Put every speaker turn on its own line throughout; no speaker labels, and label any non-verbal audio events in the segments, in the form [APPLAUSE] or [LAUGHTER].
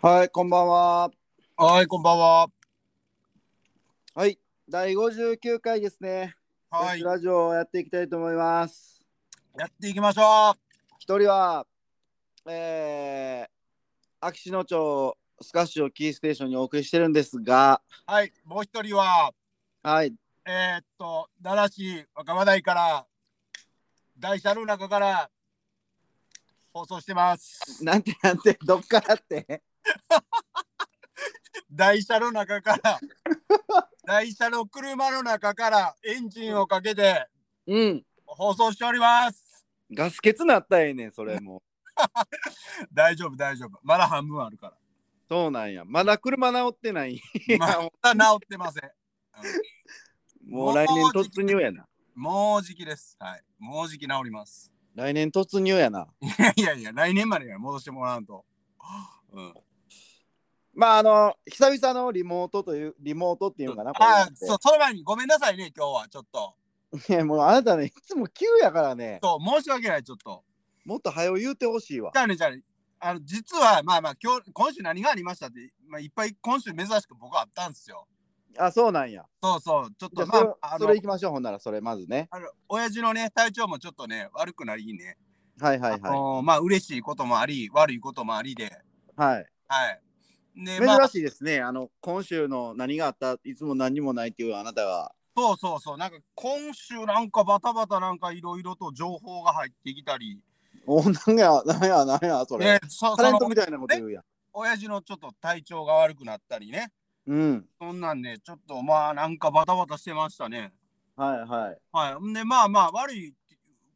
はい、こんばんは。
はい、こんばんは。
はい、第59回ですね。
はい、
ラジオをやっていきたいと思います。
やっていきましょ
一人は、えー、秋篠町スカッシュをキーステーションにお送りしてるんですが、
う。はい、もう一人は、
はい、
えー、っと、奈良市若葉台から、台車の中から、放送してます。
なんてなんて、どっからって。
台車の中から、台車の車の中からエンジンをかけて
うん。
放送しております。
ガス欠なったらええねん、それも。
大丈夫、大丈夫。まだ半分あるか
そうなんや。まだ車直ってない。
ら。まだ治ってません。
もう来年突入やな。
もうじきです。はい。もうじき治ります。
来年突入やな。
いやいやいや、来年までには戻してもらうと。うん。
まあ、あの、久々のリモートという、リモートっていうのかな。これ
あそうその前にごめんなさいね、今日はちょっと。
ねもうあなた [LAUGHS] ね、いつも急やからね、
そう申し訳ない、ちょっと。
もっと早う言うてほしいわ
じ。ゃあね、じゃあね、あの実は、まあまあ、今日今週何がありましたって、まあ、いっぱい今週珍しく僕はあったんですよ。
あ、そうなんや。
そうそう、ちょっ
じゃあ
と、ま
それ、
あ、あ
そ
の
れ行きましょう、ほんなら、それまずね。
あの、親父のね、体調もちょっとね、悪くなりね、
はいはい
あ
は
のまあ、嬉しいこともあり、悪いこともありで、
い。はい。
はい。ね、まあ
珍、しいですね。あの、今週の何があった、いつも何もないっていうあなたが。
そうそうそう、なんか今週なんかバタバタなんかいろいろと情報が入ってきたり、
お、なんや、なんや、なんや、それ
ね。、
タ
そそ
レン
の
トみたいなこと言うやん。
親父のちょっと体調が悪くなったりね、
うん。
そんなんで、ちょっとまあなんかバタバタしてましたね。
はいはい。
はい。んで、まあまあ悪い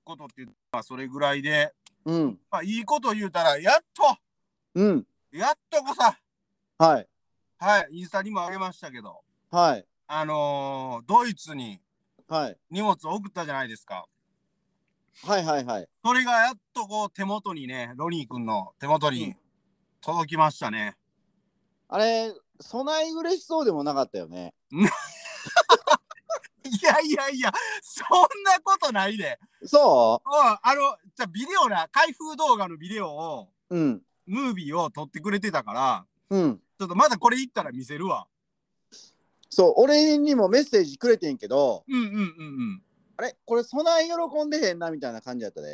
ことって言ったらそれぐらいで、
うん。
まあいいこと言うたら、やっと、
うん。
やっとこさ、
はい。
はい、インスタにもあげましたけど、
はい。
あのードイツに
はい。
荷物を送ったじゃないですか。
はいはいはい。
それがやっとこう手元にね、ロニー君の手元
う
に
ん
届きましたね。
あれ、備え嬉しそうでもなかったよね。
いやいやいや、そんなことないで。
そ
うんあの、じゃあビデオな、開封動画のビデオを、
ううん。
ムービーを撮ってくれてたから、
うん。
ちょっとまだこれ行ったら見せるわ。
そう、俺にもメッセージくれてんけど、
うんうんうん
あれこれそない喜んでへんなみたいな感じやったで。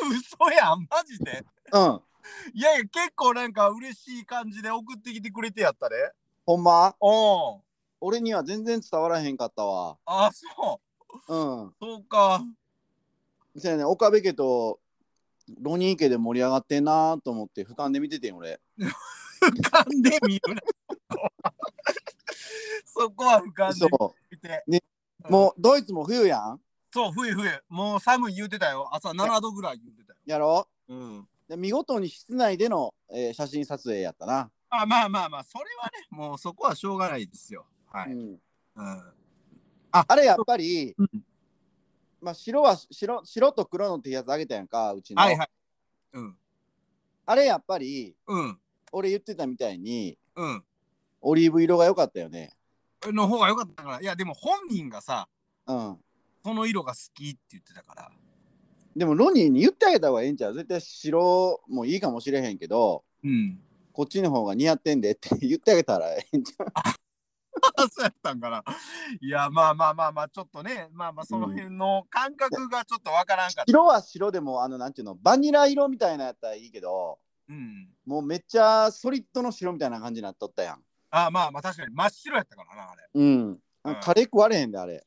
うん。嘘やん、マジで。
うん。
いやいや、結構なんか嬉しい感じで送ってきてくれてやったで。
ほんま
おお。
俺には全然伝わらへんかったわ。
あ、そう。
うん。
そうか。
せやね、岡部家とロニー家で盛り上がってんなーと思って俯瞰で見ててん俺。
俯瞰で見るな。 [LAUGHS] そこは俯瞰で
そ
見て。
ね
う
う。
ん
もうドイツも冬やん
そう、冬冬。もう寒い言うてたよ。朝7度ぐらい言うてたよ。
やろ
うん。
で見事に室内での、えー写真撮影やったな。
あ、まあまあまあ、それはね、もうそこはしょうがないですよ。は
う
い。
ん、
うん。
あれやっぱり、
うん
まあ、白は白白と黒の T シャツあげたやんかうちの、
はいはい。うん。
あれやっぱり
うん。
俺言ってたみたいに
うん。
オリーブ色が良かったよね。
の方が良かったから。いや、でも本人がさ、
うん。
その色が好きって言ってたから。
でもロニーに言ってあげた方がいいんちゃう絶対白もいいかもしれへんけど
うん。
こっちの方が似合ってんでって [LAUGHS] 言ってあげたらええんちゃう
そうやったんかな。いや、まあまあまあまあ、ちょっとね、まあまあ、その辺の感覚がちょっとわからんかった。
白は白でもあのなんていうのバニラ色みたいなやったらいいけど
うん。
もうめっちゃソリッドの白みたいな感じになっとったやん
あまあまあ、確かに真っ白やったからな、あれ。
うんあ
うん
カレー食われへんであれ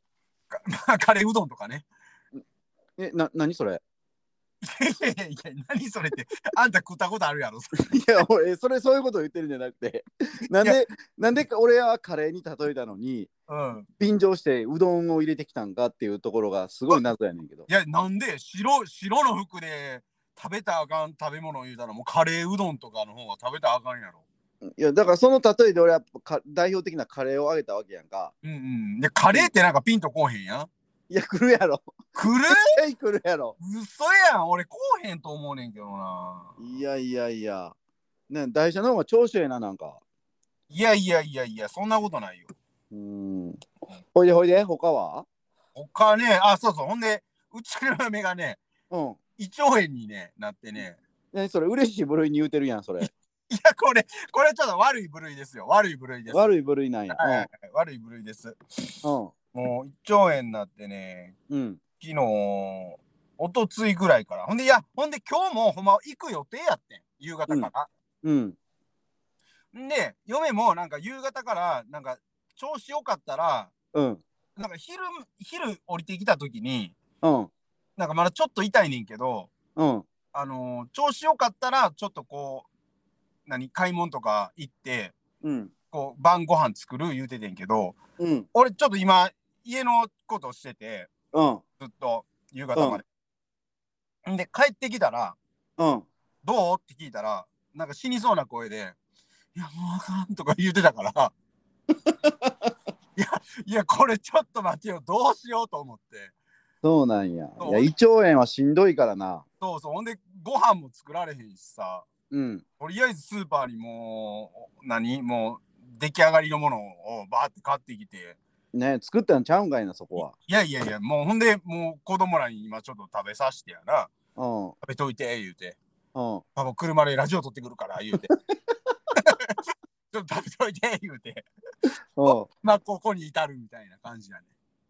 まあカレーうどんとか [LAUGHS] ね。
えな何それ
いやいやいや、何それって。あんた食ったことあるやろ。それ
いや俺それそういうこと言ってるんじゃなく [LAUGHS] てなんでなんでか俺はカレーに例えたのに
うん。
便乗してうどんを入れてきたんかっていうところがすごい謎やねんけど
いや、なんで白、白の服で食べたらあかん食べ物を言うたら、もうカレーうどんとかの方が食べたらあかんやろ。
いやだからその例えで俺はやっぱか代表的なカレーをあげたわけやんか。
うんうん。で、カレーってなんかピンとこうへんやん。
いや来るやろ。 [LAUGHS]
来る
えい来るやろ。
嘘やん。俺、こうへんと思うねんけどな。
いやいやいや。ね台車の方が調子ええななんか。
いやいやいやいや、そんなことないよ。
うーん。ほいでほいで他は
他ね、あ、そうそう。ほんで、うちの嫁がね、
うん。
胃腸炎に、ね、なってね、
何それ嬉しい部類に言うてるやんそれ。
[LAUGHS] いや、これ、これちょっと悪い部類ですよ。悪い部類です。
悪い部類なんや。
はいはいはい悪い部類です。
うん。
もう一兆円になってね、
うん。
昨日、一昨日ぐらいから。ほんで、いや、ほんで今日もほんま行く予定やってん。夕方から。
うん。
ん、で、嫁もなんか夕方から、なんか調子よかったら、
うん。
なんか昼、昼降りてきた時に、
うん。
なんかまだちょっと痛いねんけど、
うん。
あのー調子よかったら、ちょっとこう、何、買い物とか行って、
うん。
こう、晩ご飯作る言うててんけど、
うん。
俺ちょっと今、家のことしてて、
うん。
ずっと夕方まで。ん、で、帰ってきたら、
うん。
どうって聞いたら、なんか死にそうな声で、いや、もうあかんとか言うてたから、いや、いや、これちょっと待てよ、どうしようと思って。
そうなんや。
そう
いや、胃腸炎はしんどいからな。
そうそう、ほんで、ご飯も作られへんしさ、
うん。
とりあえずスーパーにもう、何もう、出来上がりのものをバーって買ってきて、
ね作ったのちゃうんかいな、そこ
いやいやいや、もうほんで、もう子供らに今ちょっと食べさせてやな、
は。
食べといて、言うて。
うん。うん。
あもう車でラジオ撮ってくるから
[LAUGHS]
言うて。ちょっと食べといて言うて。
うん。
まあここに至るみたいな感じやね。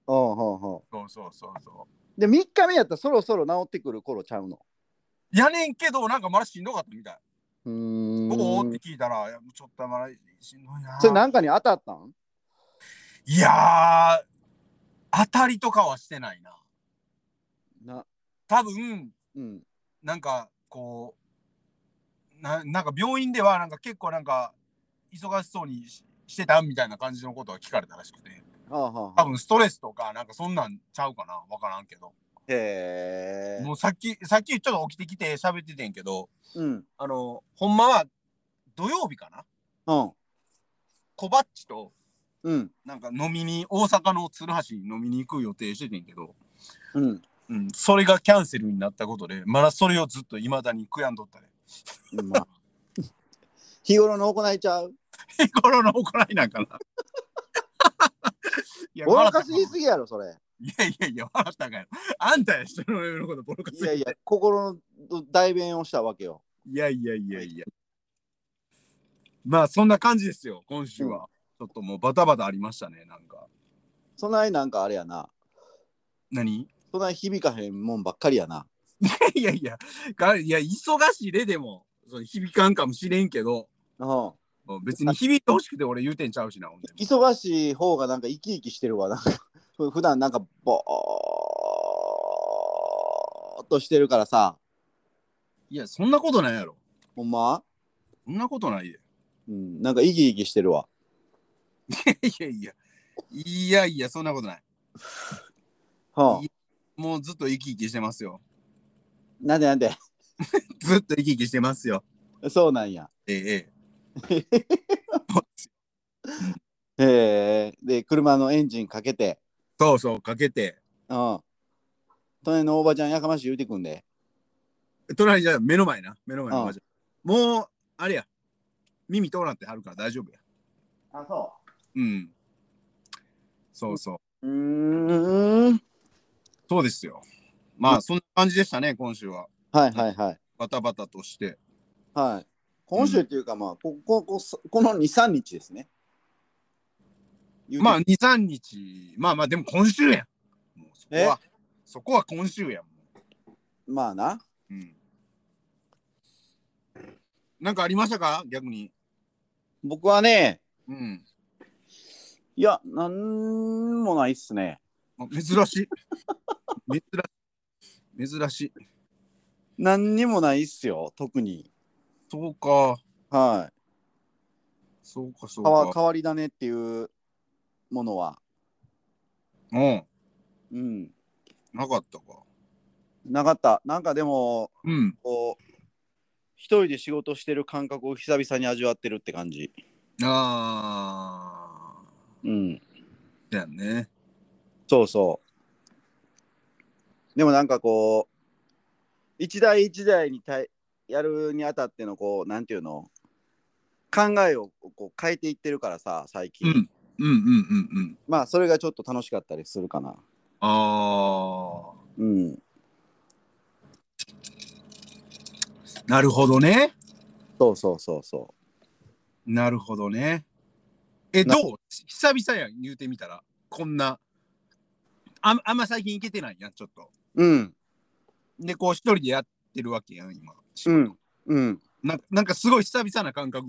うん。うん。うん。
そうそうそうそ
で、3日目やったらそろそろ治ってくる頃ちゃうの。
う。やねんけどなんかまだしんどかったみたい。
う
どうっ
ー
て
ん。
聞いたらいやもうちょっとまだしんどいな。
それなんかに当たったん
いやー当たりとかはしてないな。
な、
多分
うん。
なんかこうななんか病院ではなんか結構なんか忙しそうにししてたみたいな感じのことは聞かれたらしくて。
はあ、はあ
多
はあ、
分ストレスとかなんかそんなんちゃうかなわからんけど。
へえ。
もうさっき、さっきちょっと起きてきて喋っててんけど、
うん。
あの、ほんまは土曜日かな
うん。
小バッチと、
うん。
なんか飲みに、大阪の鶴橋に飲みに行く予定しててんけど、
うん。
うん、それがキャンセルになったことで、まだそれをずっと未だに悔やんどったね。
まあ、 [LAUGHS] 日頃の行いちゃう。
日頃の行いなんかな。 [LAUGHS] いや
ボロカス言い
ぎ
すぎやろ、それ。
いやいやいや、笑ったんかよ。あんたや、人の上のことボロカス
いやいや、心の代弁をしたわけよ。
いやいやいやいや。まあ、そんな感じですよ、今週は。ちょっともうバタバタありましたね、なんか。
そないなんかあれやな。
何 [LAUGHS]
そない響かへんもんばっかりやな。
いやいや、がいや、忙しいででも、その響かんかもしれんけど、
うん。
もう別に響いてほしくて俺言うてんちゃうしな、ほんで
忙しい方がなんか生き生きしてるわ。なんか普段なんかぼーっとしてるからさ。
いや、そんなことないやろ。
ほんま
そんなことないで。 [LAUGHS]
うん。なんか生き生きしてるわ。
いやいや、いやいや、そんなことない。
うん
い。もうずっと生き生きしてますよ。
なんでなんで。 [LAUGHS]
ずっと生き生きしてますよ。
そうなんや。
ええ、
へ
ええ。
えー、で、車のエンジンかけて。
そうそう、かけて。
うん。隣のおばちゃんやかましい言うてくんで。
隣じゃない目の前な目の前のマジもうあれや耳通らんってはるから大丈夫や
あ、そ
うんそうそう
う。うーん。
そうですよまあそんな感じでしたね今週は
はいはいはい。
バタバタとして
はい。今週っていうか、まあ、ここここの2、3日ですね。
まあ
あ、
23日まあまあでも今週やんもうそこはそこは今週やんも
まあな。
ううんなんかありましたか逆に
僕はね、
うん
いや、なんもないっすね。
あ珍しい珍しい珍しい
何にもないっすよ、特に。
そうか
は
そうかそ
い。
う
変わ
か
変わりだねっていうものは、
うん
うん、
なかったか
なかった。なんかでも、
うん
こう、一人で仕事してる感覚を久々に味わってるって感じ。
ああ、
うん。
だよね。
そうそう。でもなんかこう、一台一台に対やるにあたってのこう、なんていうの、考えをこう変えていってるからさ、最
う
近。
ん、うん、うん、うん、うん。
まあ、それがちょっと楽しかったりするかな。
あ
うん。
あ、なるほどね。
そうそうそうそ
なるほどね。え、
な
どう久々やん、言うてみたら。こんな。あんあんま最近行けてないやん、ちょっと。
ううん
で、こう一人でやってるわけやん、今。
うんうん
ななんかすごい久々な感覚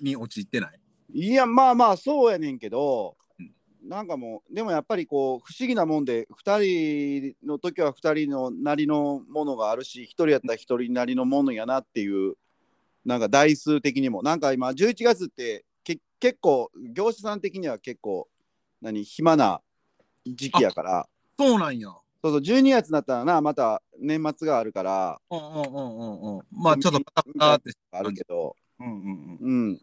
に陥ってない。
いやまあまあそうやねんけど
うん
なんかもうでもやっぱりこう不思議なもんで2人の時は2人のなりのものがあるし1人やったら1人なりのものやなっていうなんか台数的にもなんか今11月ってけ結構業者さん的には結構何暇な時期やから
そうなんや。
そうそう12月になったらなまた年末があるから
うんうんうんうんうん。まあちょっとパタパタって。
あるけど
うんうんうん。
うん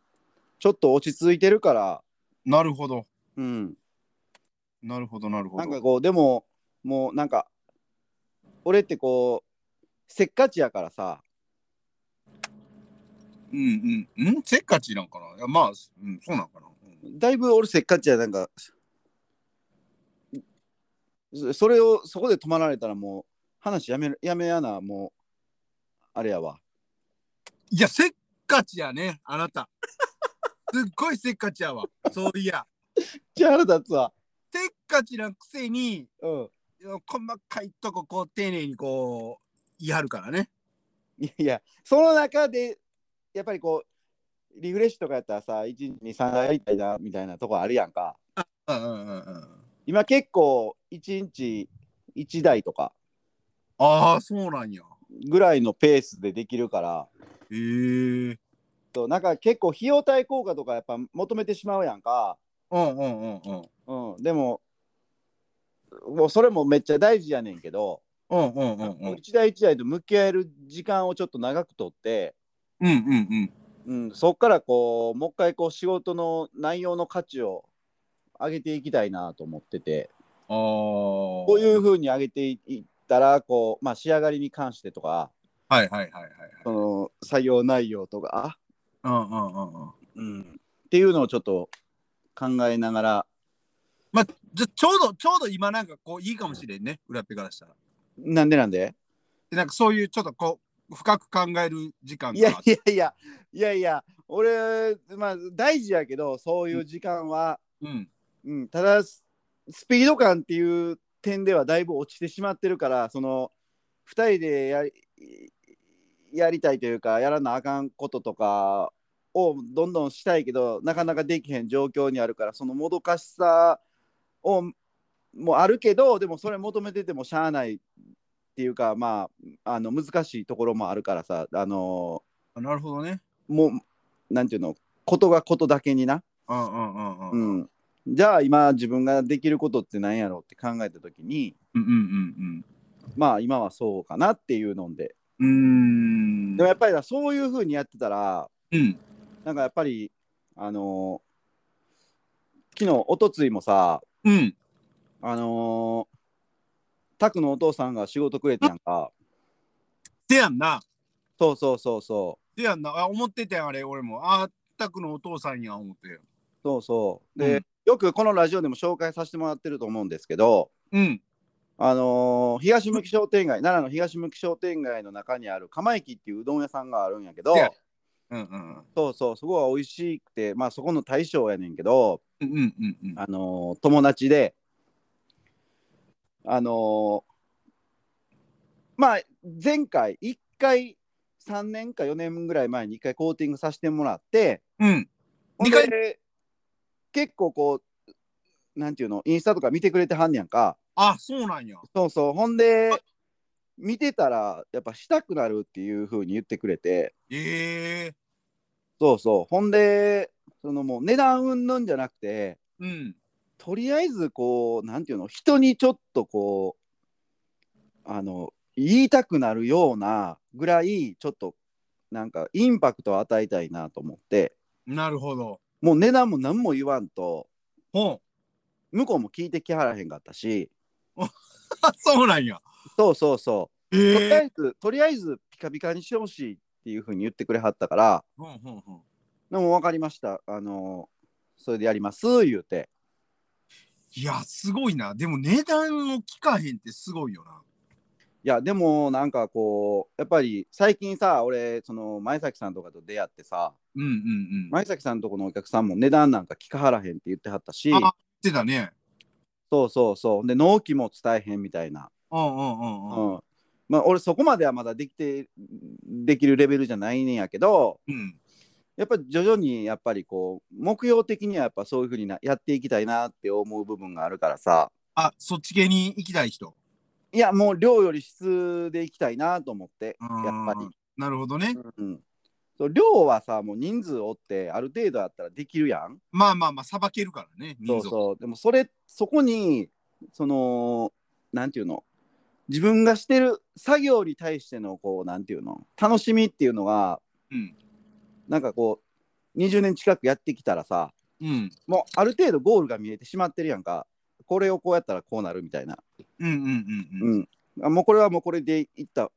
ちょっと落ち着いてるから
なるほど。
うん
なるほど、なるほ
なん
ど。
かこうでももうなんか俺ってこうせっかちやからさ
うんうん。んせっかちなんかないや、まあ、うん、そうなんかな。うん
だいぶ俺せっかちやなんかそそれをそこで止まられたらもう話やめるやめやなもうあれやわ
いや、せっかちやね、あなた。 [LAUGHS] すっごいせっかちやわ。そういや。
じゃあ腹立つわ
せっかちなくせに、
うん
細かいとこ、こう、丁寧にこう、言いはるからね。
いやいやその中でやっぱりこうリフレッシュとかやったらさ123やりたいなみたいなとこあるやんか
うんうんうんうん。
今結構1日1台とか
ああ、そうなんや。
ぐらいのペースでできるから
へえ。
となんか結構費用対効果とかやっぱ求めてしまうやんか、
うんうんうんうん。
うん、でももうそれもめっちゃ大事やねんけど、
うんうんうんうん。
一台一台と向き合える時間をちょっと長くとって、
うんうんうん。
うん、そっからこうもう一回こう仕事の内容の価値を上げていきたいなと思ってて
ああ。こ
こういう風に上げていったらこう、まあ、仕上がりに関してとか
はいはいはいはいはい。
その作業内容とか、
うんうんうんうん。
うん、っていうのをちょっと考えながら
まあ、じゃちょうど、ちょうど今なんかこう、いいかもしれんね。裏っぺからしたら。
なんでなんで
で、なんかそういうちょっとこう、深く考える時間
いや
が
い。やいやいやいや俺まあ大事やけどそういう時間は、
うん。
うん、ただススピード感っていう点ではだいぶ落ちてしまってるからその2人でやりやりたいというかやらなあかんこととかをどんどんしたいけどなかなかできへん状況にあるからそのもどかしさをもあるけどでもそれ求めててもしゃあないっていうかまああの難しいところもあるからさあの
あなるほどね。
もうなんていうのことがことだけにな、
うんうんうんうん。う
うんん、じゃあ今自分ができることって何やろうって考えた時に
うんうん
まあ今はそうかなっていうので
うん。うーん。
でもやっぱりなそういうふうにやってたら
うん。
なんかやっぱりあのー昨日おとついもさ
うん。
あのータクのお父さんが仕事くれてなんか
でやんな。
そうそうそうそ
でやんな。あ、思ってたやん、あれ、俺も。あーったくのお父さんや、思って。
うそうそうで、
うん
よくこのラジオでも紹介させてもらってると思うんですけど
うん。
あのー東向き商店街奈良の東向き商店街の中にある釜駅っていううどん屋さんがあるんやけど
いやうんうん
そうそうそこは美味しくてまあそこの大将やねんけど、
うん。うんうんうん。
あのー友達であのーまあ前回1回3年か4年ぐらい前に1回コーティングさせてもらって
うん。
ほん
二回
で結構こうなんていうのインスタとか見てくれてはんねやんか。
あ、そうなんや。
そうそう。ほんで、見てたら、やっぱしたくなるっていう風に言ってくれて、
ええ
そうそう。ほんで、そのもう値段うんぬんじゃなくて、
うん。
とりあえずこう、なんていうの、人にちょっとこう、あの、言いたくなるようなぐらい、ちょっと、なんかインパクトを与えたいなと思って、
なるほど。
もう値段も何も言わんと、
ほ
向こうも聞いてきはらへんかったし、
う。あ、そうなんや。
そうそうそう。
え
とりあ
え
えず、とりあえずピカピカにしてほしいっていうふうに言ってくれはったから、
うんうんうん。
でも分かりました、あのそれでやります、言うて。
いや、すごいな。でも値段を聞かへんってすごいよな。
いやでもなんかこうやっぱり最近さ俺その前崎さんとかと出会ってさ
うんうんうん。
前崎さんとこのお客さんも値段なんか聞かはらへんって言ってはったし
あってたね。
そうそうそうで納期も伝えへんみたいな、
うんうんうんうん。
うんまあ、俺そこまではまだできてできるレベルじゃないねんやけど
うん。
やっぱり徐々にやっぱりこう目標的にはやっぱそういうふうになやっていきたいなって思う部分があるからさ
あ、そっち系に行きたい人。
いやもう量より質でいきたいなと思って
や
やっぱり。
なるほどね。
うん、そう量はさもう人数おってある程度あったらできるやん
まあまあまあ、さばけるからね、
そ
人
う
数を
そうでもそれそこにそのなんていうの自分がしてる作業に対してのこうなんていうの楽しみっていうのが
うん。
なんかこう20年近くやってきたらさ
うん。
もうある程度ゴールが見えてしまってるやんかこれをこうやったらこうなるみたいな、
うんうんうんうん。
うん、あもうこれはもうこれでいった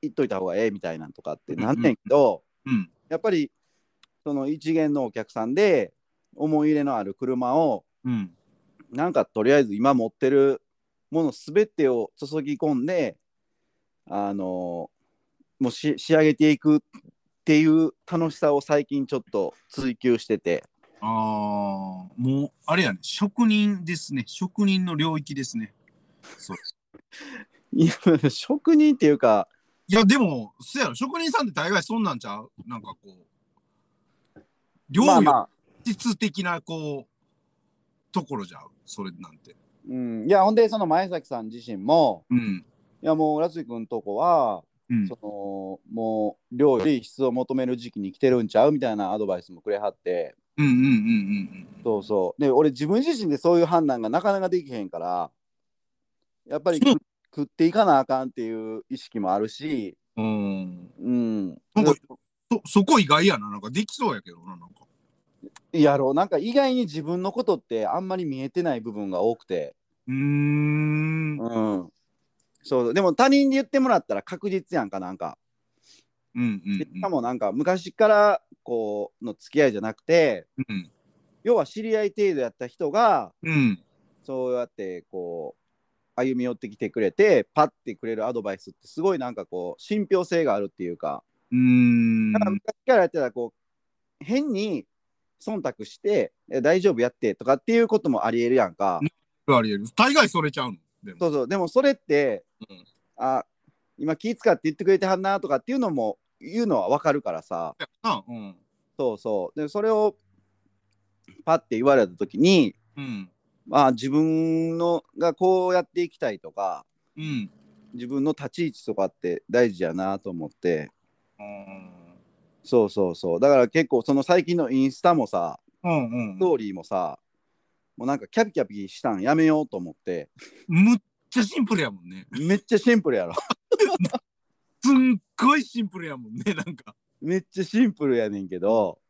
いっといた方がええみたいなんとかってなんねんけど、
うん。
やっぱりその一元のお客さんで思い入れのある車を
うん。
なんかとりあえず今持ってるものすべてを注ぎ込んであのもうし仕上げていくっていう楽しさを最近ちょっと追求してて
ああ、もう、あれやね、職人ですね。職人の領域ですね。そう。
いや職人っていうか
いや、でも、そやろ、職人さんって大概そんなんちゃうなんかこう、領
まあ
域
まあ、
質的な、こう、ところじゃう、それなんて。
うん、いやほんでその前崎さん自身も
うん。
いやもう浦く君とこは、
うん。
そのもう量より質を求める時期に来てるんちゃうみたいなアドバイスもくれはって。
うんうんうんうんうん。
そうそう。で、俺自分自身でそういう判断がなかなかできへんから、やっぱり
そう
食食っていかなあかんっていう意識もあるし、
うん。
うん。
なんかそ、そこ意外やな。なんかできそうやけどな、なんか。
やろう、なんか意外に自分のことってあんまり見えてない部分が多くて、
うーん。うん
うん。そうでも他人に言ってもらったら確実やんかなんか。
うんうん。
でしかもなんか昔からこうの付き合いじゃなくて
うん。
要は知り合い程度やった人が
うん。
そうやってこう歩み寄ってきてくれてパッてくれるアドバイスってすごいなんかこう信憑性があるっていうか
うーん。
だから昔からやってたらこう変に忖度してえ大丈夫やってとかっていうこともありえるやんか、
ありえる。大概それちゃうの。でも。
そうそうでもそれって、
うん
あ今気使って言ってくれてはんなとかっていうのも言うのは分かるからさ
やな。うん。
そうそうでそれをパッて言われた時に
うん。
まあ自分のがこうやっていきたいとか
うん。
自分の立ち位置とかって大事やなと思って
うん。
そうそうそうだから結構その最近のインスタもさ
うん
ス
うん。
トーリーもさもうなんかキャピキャピしたんやめようと思って
むっちゃシンプルやもんね。
めっちゃシンプルやろ [LAUGHS]
すんごいシンプルやもんね。なんか。
めっちゃシンプルやねんけど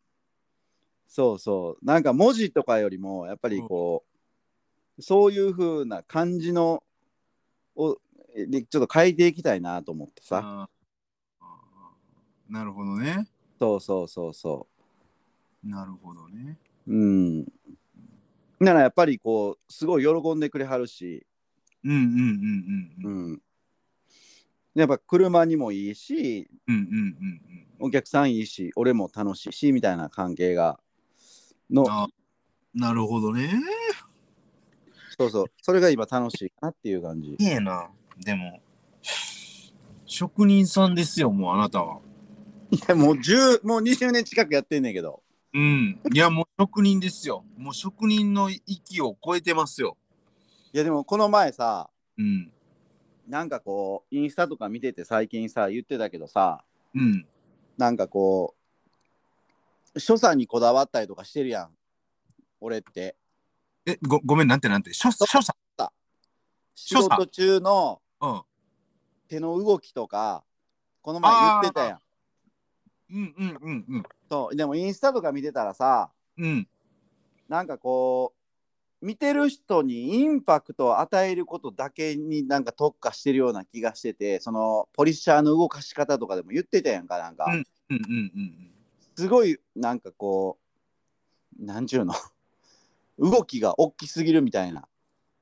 そうそうなんか文字とかよりもやっぱりこうそういう風な感じのをえでちょっと変えていきたいなと思ってさ
あーあーなるほどね。
そうそうそうそう
なるほどね。
うん。ならやっぱりこうすごい喜んでくれはるし、
うんうんうん
う
うんうん。
ん、やっぱ車にもいいし
うんうんうんうん。
お客さんいいし俺も楽しいしみたいな関係がの
あなるほどね。
そうそうそれが今楽しいかなっていう感じ
いいな。でも、職人さんですよ、もうあなたは。
いやもう10もう20年近くやってんねんけど
うん。いや、もう職人ですよ。もう職人の域を超えてますよ。
いやでもこの前さ
うん。
なんかこうインスタとか見てて最近さ言ってたけどさ
うん。
なんかこう所作にこだわったりとかしてるやん俺って
え、ご、ごめん、なんてなんて。所所作。
仕
所作
事中の
うん。
手の動きとかこの前言ってたやん
うんうんうんうん。
そうでもインスタとか見てたらさ
うん。
なんかこう見てる人にインパクトを与えることだけになんか特化してるような気がしててそのポリッシャーの動かし方とかでも言ってたやんかなんか、
うんうんうん
すごいなんかこうなんちゅうの [LAUGHS] 動きが大きすぎるみたいな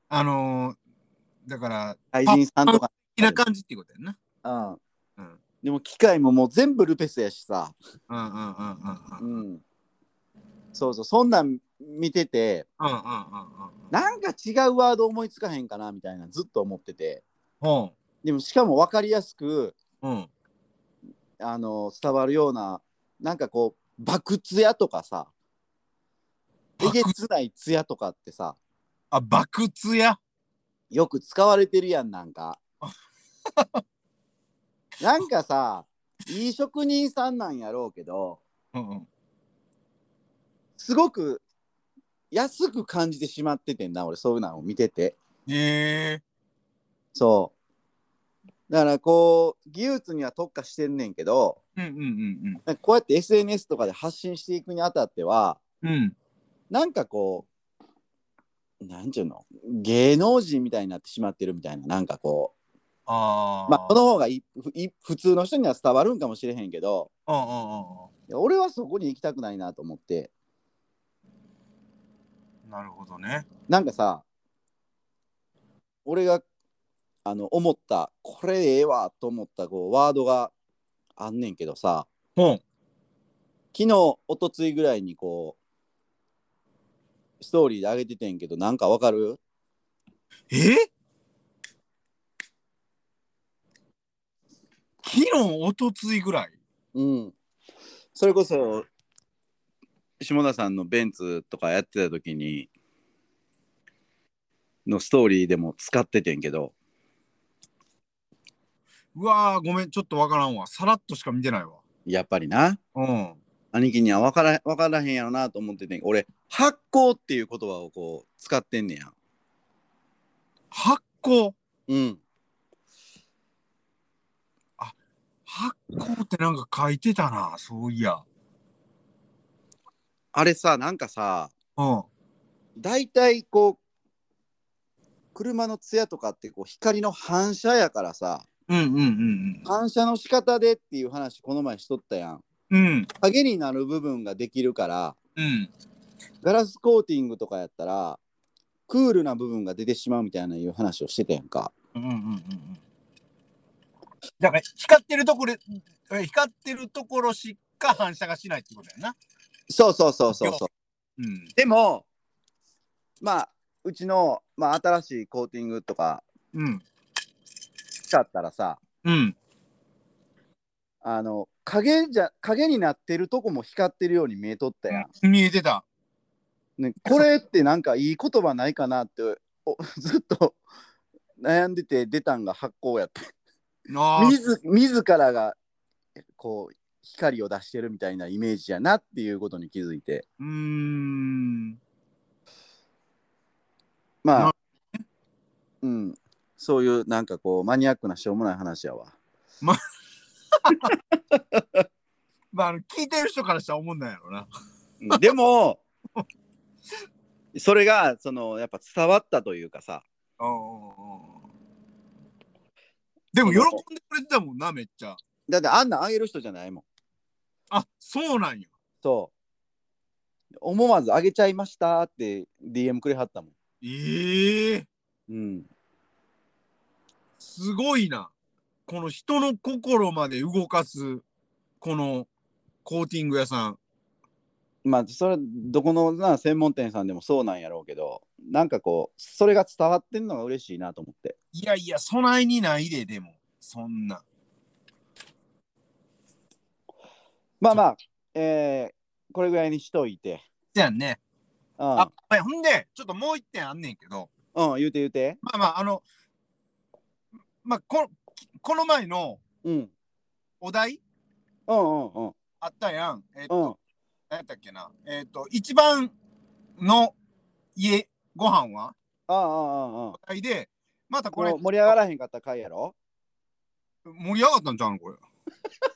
あのー、だから、
外人さんとか
な感じっていうことやんな。
うん
うん
でも機械ももう全部ルペスやしさ、
うんうんうんうんうん。
う
うんうん
ん、そうそうそんなん見てて
うんうんうん。
なんか違うワード思いつかへんかなみたいなずっと思ってて
ほ
でもしかも分かりやすく
う。うん。
あの伝わるようななんかこう爆ツヤとかさえげつないツヤとかってさ
あ、爆ツや。
よく使われてるやんなんかなんかさいい職人さんなんやろうけど
うんうん。
すごく安く感じてしまっててんな俺そういうのを見てて
ええ
そうだからこう技術には特化してんねんけど
うんうんうん
なんかこうやって SNS とかで発信していくにあたっては
うん。うん。
なんかこうなんちゅうの芸能人みたいになってしまってるみたいななんかこ
あ
う
あ。
まあその方がいい普通の人には伝わるんかもしれへんけど
うんうんうん
いや俺はそこに行きたくないなと思って
うん。なるほどね。
なんかさ俺があの思ったこれええわと思ったこうワードがあんねんけどさ
ほ
昨日一昨日ぐらいにこうストーリーで上げててんけどなんかわかる
う。え昨日、おとついぐらい。
うんそれこそ下田さんのベンツとかやってた時にのストーリーでも使っててんけど
うわー、ごめん、ちょっとわからんわ。さらっとしか見てないわ。
やっぱりな
うん。
兄貴には分から分からへんやろなと思ってて俺発酵っていう言葉をこう使ってんねや
発酵。
うん
発酵ってなんか書いてたな、そういや。
あれさなんかさ
うん。
大体こう車の艶とかってこう光の反射やからさ
うんうんうん
反射の仕方でっていう話この前しとったやん
うん。うん。
影になる部分ができるから
うん。
ガラスコーティングとかやったらクールな部分が出てしまうみたいないう話をしてたやんか
うんうんうんうん。だから光ってるところ、え光ってるところしか反射がしないってことやな。
そうそうそうそうそう
うん。
でもまあうちの、まあ、新しいコーティングとか
うん。
使ったらさ
うん。
あの影じゃ影になってるとこも光ってるように見えとったやん、
見えてた。
ね、これってなんかいい言葉ないかなってお [LAUGHS] ずっと悩んでて出たんが発光やって
あー
自自らがこう光を出してるみたいなイメージやなっていうことに気づいて
うーん。
ま
な
あうんそういうなんかこうマニアックなしょうもない話やわ
まあ、あの聞いてる人からしたら思うんだやろな。
うんでも [LAUGHS] それがそのやっぱ伝わったというかさ
でも喜んでくれてたもんな、めっちゃ。
だってあんなんあげる人じゃないもん
あ、そうなんや。
そう思わずあげちゃいましたって DM くれはったもん
ええ
うん
すごいな。この人の心まで動かす、このコーティング屋さん。
まあそれどこのな専門店さんでもそうなんやろうけどなんかこうそれが伝わってんのが嬉しいなと思って
いやいや、そないにないで、でも、そんな。
まあまあえー、これぐらいにしといて
じゃんね。
うん
あ、はいほんで、ちょっともう一点あんねんけど、
うん言うて言うて
まあまあ、あの、まあ、ここの前の
うん
お題
うんうんうん
あったやん。えっ、
うん
何やったっけな。えっ、と、一番の家、ご飯は
あああああ
お題で、またこれ
あ盛り上がらへんかった回やろ
盛り上がったんちゃうのこ
[LAUGHS]
れ。めっ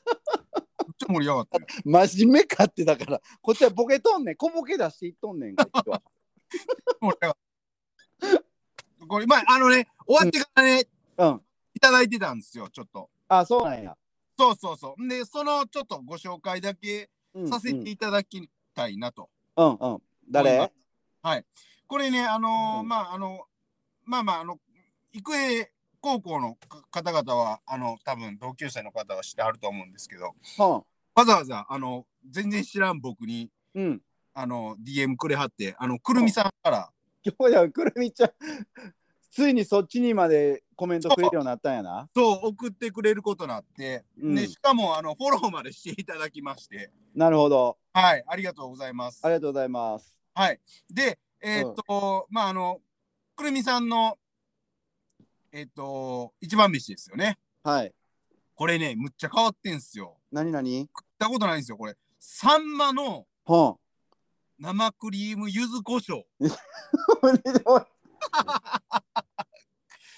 ちゃ盛り上がったよ。
真面目かってだからこっちはボケとんねん小ボケ出していっとんねんこっちは
盛り上がった。これ、まあ、あのね、終わってからね、
うん
いただいてたんですよ、ちょっと。
あそうなんや、
そうそうそう。んで、そのちょっとご紹介だけ
うん、
させていただきたいなと。
うんうん誰
これね、あのー
うん
まあ、あの、まあまあ、あの、郁恵高校のか方々はあの多分同級生の方はしてあると思うんですけど
は
わざわざあの全然知らん僕に
あ、うん。
あの DM くれはってあのくるみさんから
今日やくるみちゃん、ついにそっちにまでコメントくれるようになったんやな。
そう送ってくれることになって、
うん
でしかもあのフォローまでしていただきまして
なるほど。
はいありがとうございます
あ。りがとうございます。
はい。で、えーっと、まあ、あの、くるみさんの、えーっと、一番飯ですよね。
はい。
これね、むっちゃ変わってんすよ。
何何
食ったことないんですよ、これ。サンマの
は
生クリーム柚子胡椒。
あ。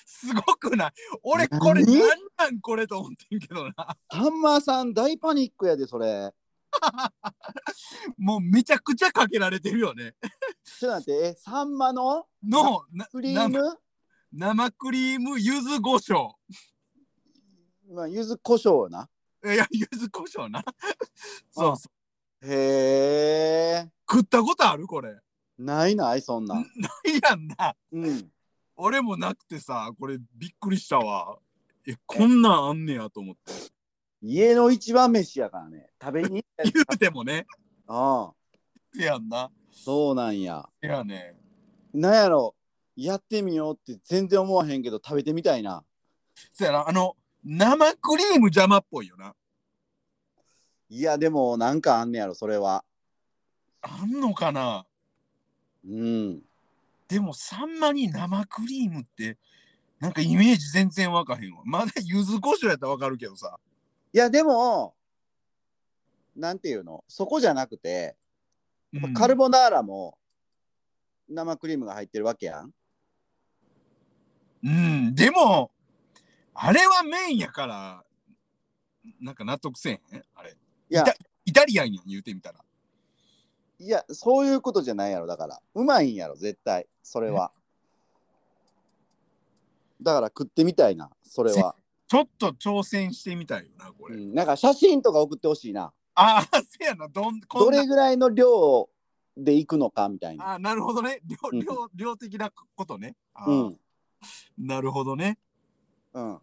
すごくない俺、これ、
何
なんなんこれと思ってんけどな。
さんまさん大パニックやで、それ。
もうめちゃくちゃかけられてるよね。
ちょっと待って、え、さんまの
の、な
クリー
な
ム、
生クリーム柚子胡椒。
まあ、柚子胡椒な。
いや、柚子胡椒な。そうそう。
へえ。
食ったことあるこれ。い
ないない、そんなん。
やんな。
うん。
俺もなくてさこれびっくりしたわえこんなんあんねやと思って
家の一番飯やからね。食べに
[LAUGHS]
行っ
言うてもね
たああ、
せやんな
そうなんや。
せやね
なんやろ、やってみようって全然思わへんけど、食べてみたいな。
せやなあの生クリーム邪魔っぽいよない
や、でも、なんかあんねやろ、それは。
あんのかな
うん。
でもサンマに生クリームってなんかイメージ全然わかへんわまだ柚子胡椒やったらわかるけどさ
いや、でも、なんていうの、そこじゃなくて、
うん
カルボナーラも生クリームが入ってるわけやん。
うんでもあれはメインやからなんか納得せんへんあれ
いや
痛、イタリアンやん言うてみたら
いや、そういうことじゃないやろ、だから。うまいんやろ、絶対、それは。だから食ってみたいな、それは。
ちょっと挑戦してみたいよなこ
う
れ、
ん、なんか写真とか送ってほしいな。
ああ、せやな、どん、こ
ど
んな
れ。ぐらいの量で行くのかみたいな。
あーなるほどね。量、
うん
量、量的なことね。あー
うん。
なるほどね。
うん。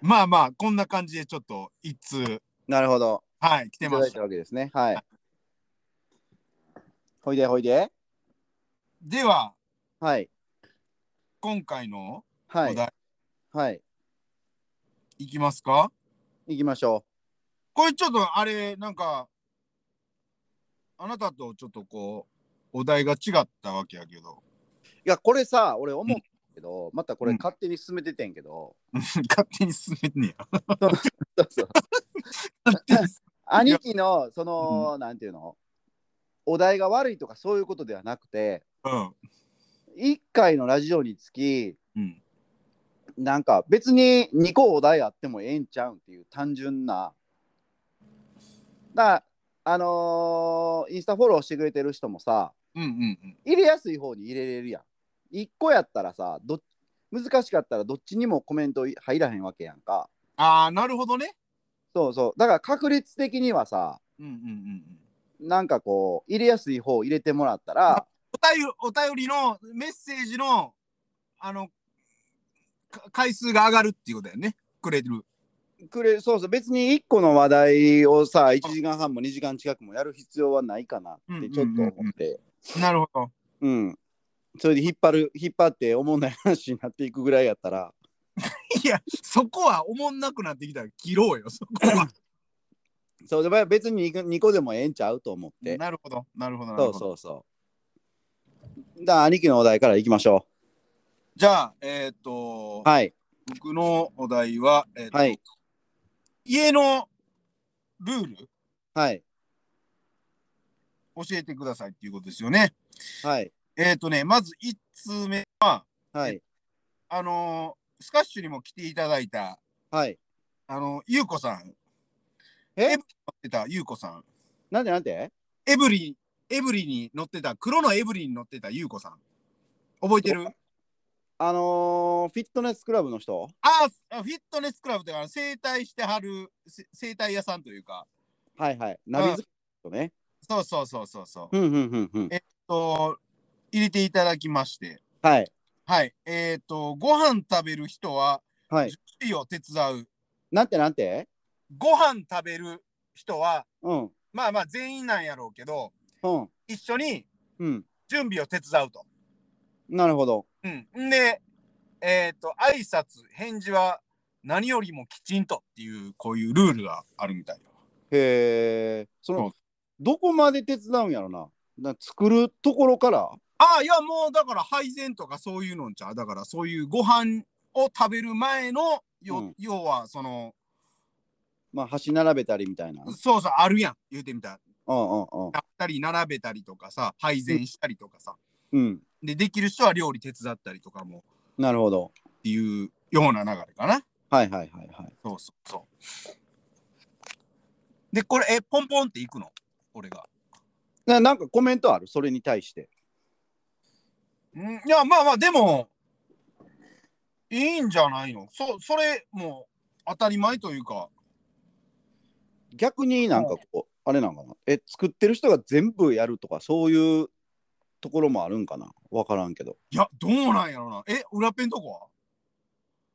まあまあ、こんな感じでちょっと、一通、
なるほど。
はい、来
い
て
た
ま
だい
した
た。わけですね。はい。ほいでほいで。
では、
はい。
今回のお
は
題、
い。はい。
い、きますか
行きましょ
これちょっと、あれ、なんか、あなたとちょっとこう、お題が違ったわけやけど、 [LAUGHS]
う。いや、これさ、俺思うけど、またこ
う
れ
ん
勝手に進めててんけど、
勝手に進めんね
[LAUGHS]
や。
そうそう
勝手に進
兄貴の、その、なんていうの、お題が悪いとかそういうことではなくて、
めうん。
1回のラジオにつき、
うん。
なんか別に2個お題あってもええんちゃうんっていう単純な。だからあのーインスタフォローしてくれてる人もさ、
うんうんうん。
入れやすい方に入れれるやん。1個やったらさ、どっ難しかったらどっちにもコメント入らへんわけやんか。
ああ、なるほどね。
そうそう。だから確率的にはさ、
うんうんうんうん。
なんかこう、入れやすい方入れてもらったら、
お便りお便りのメッセージのあのか回数が上がるっていうことだよね。くれる。
くれそうそう、別に1個の話題をさ、1時間半も2時間近くもやる必要はないかなってちょっと思って。
なるほど。
うん。それで引っ張る、引っ張って、おもんない話になっていくぐらいやったら、
いや、そこはおもんなくなってきたら切ろうよ、そこ
[LAUGHS]
は。
そうで別に2個でもええんちゃうと思って。
なるほど、なるほど、な
そ
るほ
う
ど。
そうそう。だから兄貴のお題からいきましょ
じゃあ、えーっと、
う。はい。
僕のお題は、えーっと
はい。
家のルール
はい。
教えてくださいっていうことですよね。
はい。
えーっとね、まず1通目は、
はい。
あのースカッシュにも来ていただいた、
はい。
あのゆうこさん。
え
エブリに乗ってたゆうこさん。
なんでなんで
エブリン、エブリに乗ってた、黒のエブリに乗ってた優子さん。覚えてる
あのー、フィットネスクラブの人
ああ、フィットネスクラブというか、整体してはる、せ整体屋さんというか。
はいはい。ナビ好きの人ね。
そうそうそうそうそう。
うんうんうんうん
え。と、入れていただきまして。
はい。
はい。えっ、と、ご飯食べる人は、
はい。
準備を手伝う。
なんてなんて
ご飯食べる人は、
うん。
まあまあ全員なんやろうけど、
うん。
一緒に
うん。
準備を手伝うと。
なるほど。
うん。んで、えっ、と、挨拶、返事は何よりもきちんとっていう、こういうルールがあるみたいよ。
へえ。そ
そう
の、どこまで手伝うんやろな。な作るところから。
ああ、いや、もうだから配膳とかそういうのんちゃう。だからそういうご飯を食べる前の、よ
うん
要はその、
まあ、箸並べたりみたいな。うん
そうそう、あるやん。言うてみたら。
うんうん。
やったり、並べたりとかさ、配膳したりとかさ。
うん。
で、できる人は料理手伝ったりとかも
なるほど。
っていうような流れかな。
はいはいはいはい。
そうそうそう。で、これ、え、ポンポンっていくの俺が。
ななんかコメントあるそれに対して。
んいや、まあまあ、でも、いいんじゃないのそ、それ、もう、当たり前というか、
逆になんかこう、あれなんかな。え、作ってる人が全部やるとか、そういうところもあるんかな。わからんけど。
いや、どうなんやろな。え、裏ペンとこ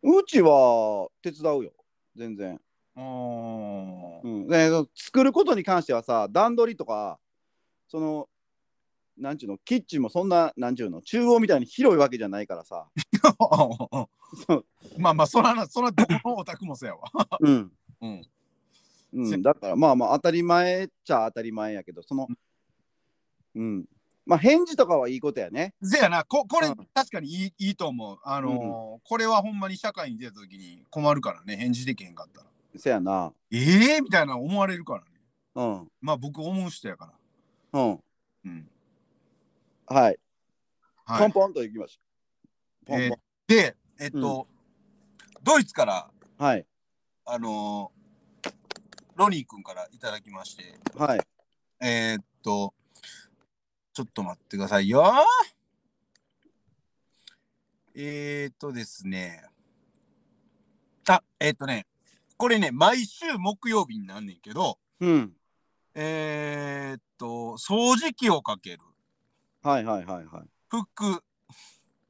うちは手伝うよ。全然。
はう。
うんん、でその作ることに関してはさ段取りとかそのなんちゅうのキッチンもそんななんちゅうの中央みたいに広いわけじゃないから
[LAUGHS]
さ、そう
まあまあ、そらな、そら、どこのオタクもそうやわ。
うん
うん。
う
せ
ん、だからまあまあ当たり前っちゃ当たり前やけどそのうんまあ返事とかはいいことやね
せやな、ここれ、
うん
確かにいいいいと思う。あのーこれはほんまに社会に出た時に困るからね、返事できへんかったら。
せやな
ええー、みたいな思われるからね。
うん
まあ、僕思う人やから。
うん
うん。
はい、
はい。
ポンポンといきましょうポン
え
ポ
ー
ン、
で、えっと、ドイツから、
はい
あのーロニー君からいただきまして、
はい
えーっと、ちょっと待ってくださいよ。えーっとですね。あ、えーっとね、これね、毎週木曜日になんねんけど、
うん
えーっと、掃除機をかける、
はいはいはいはい
服、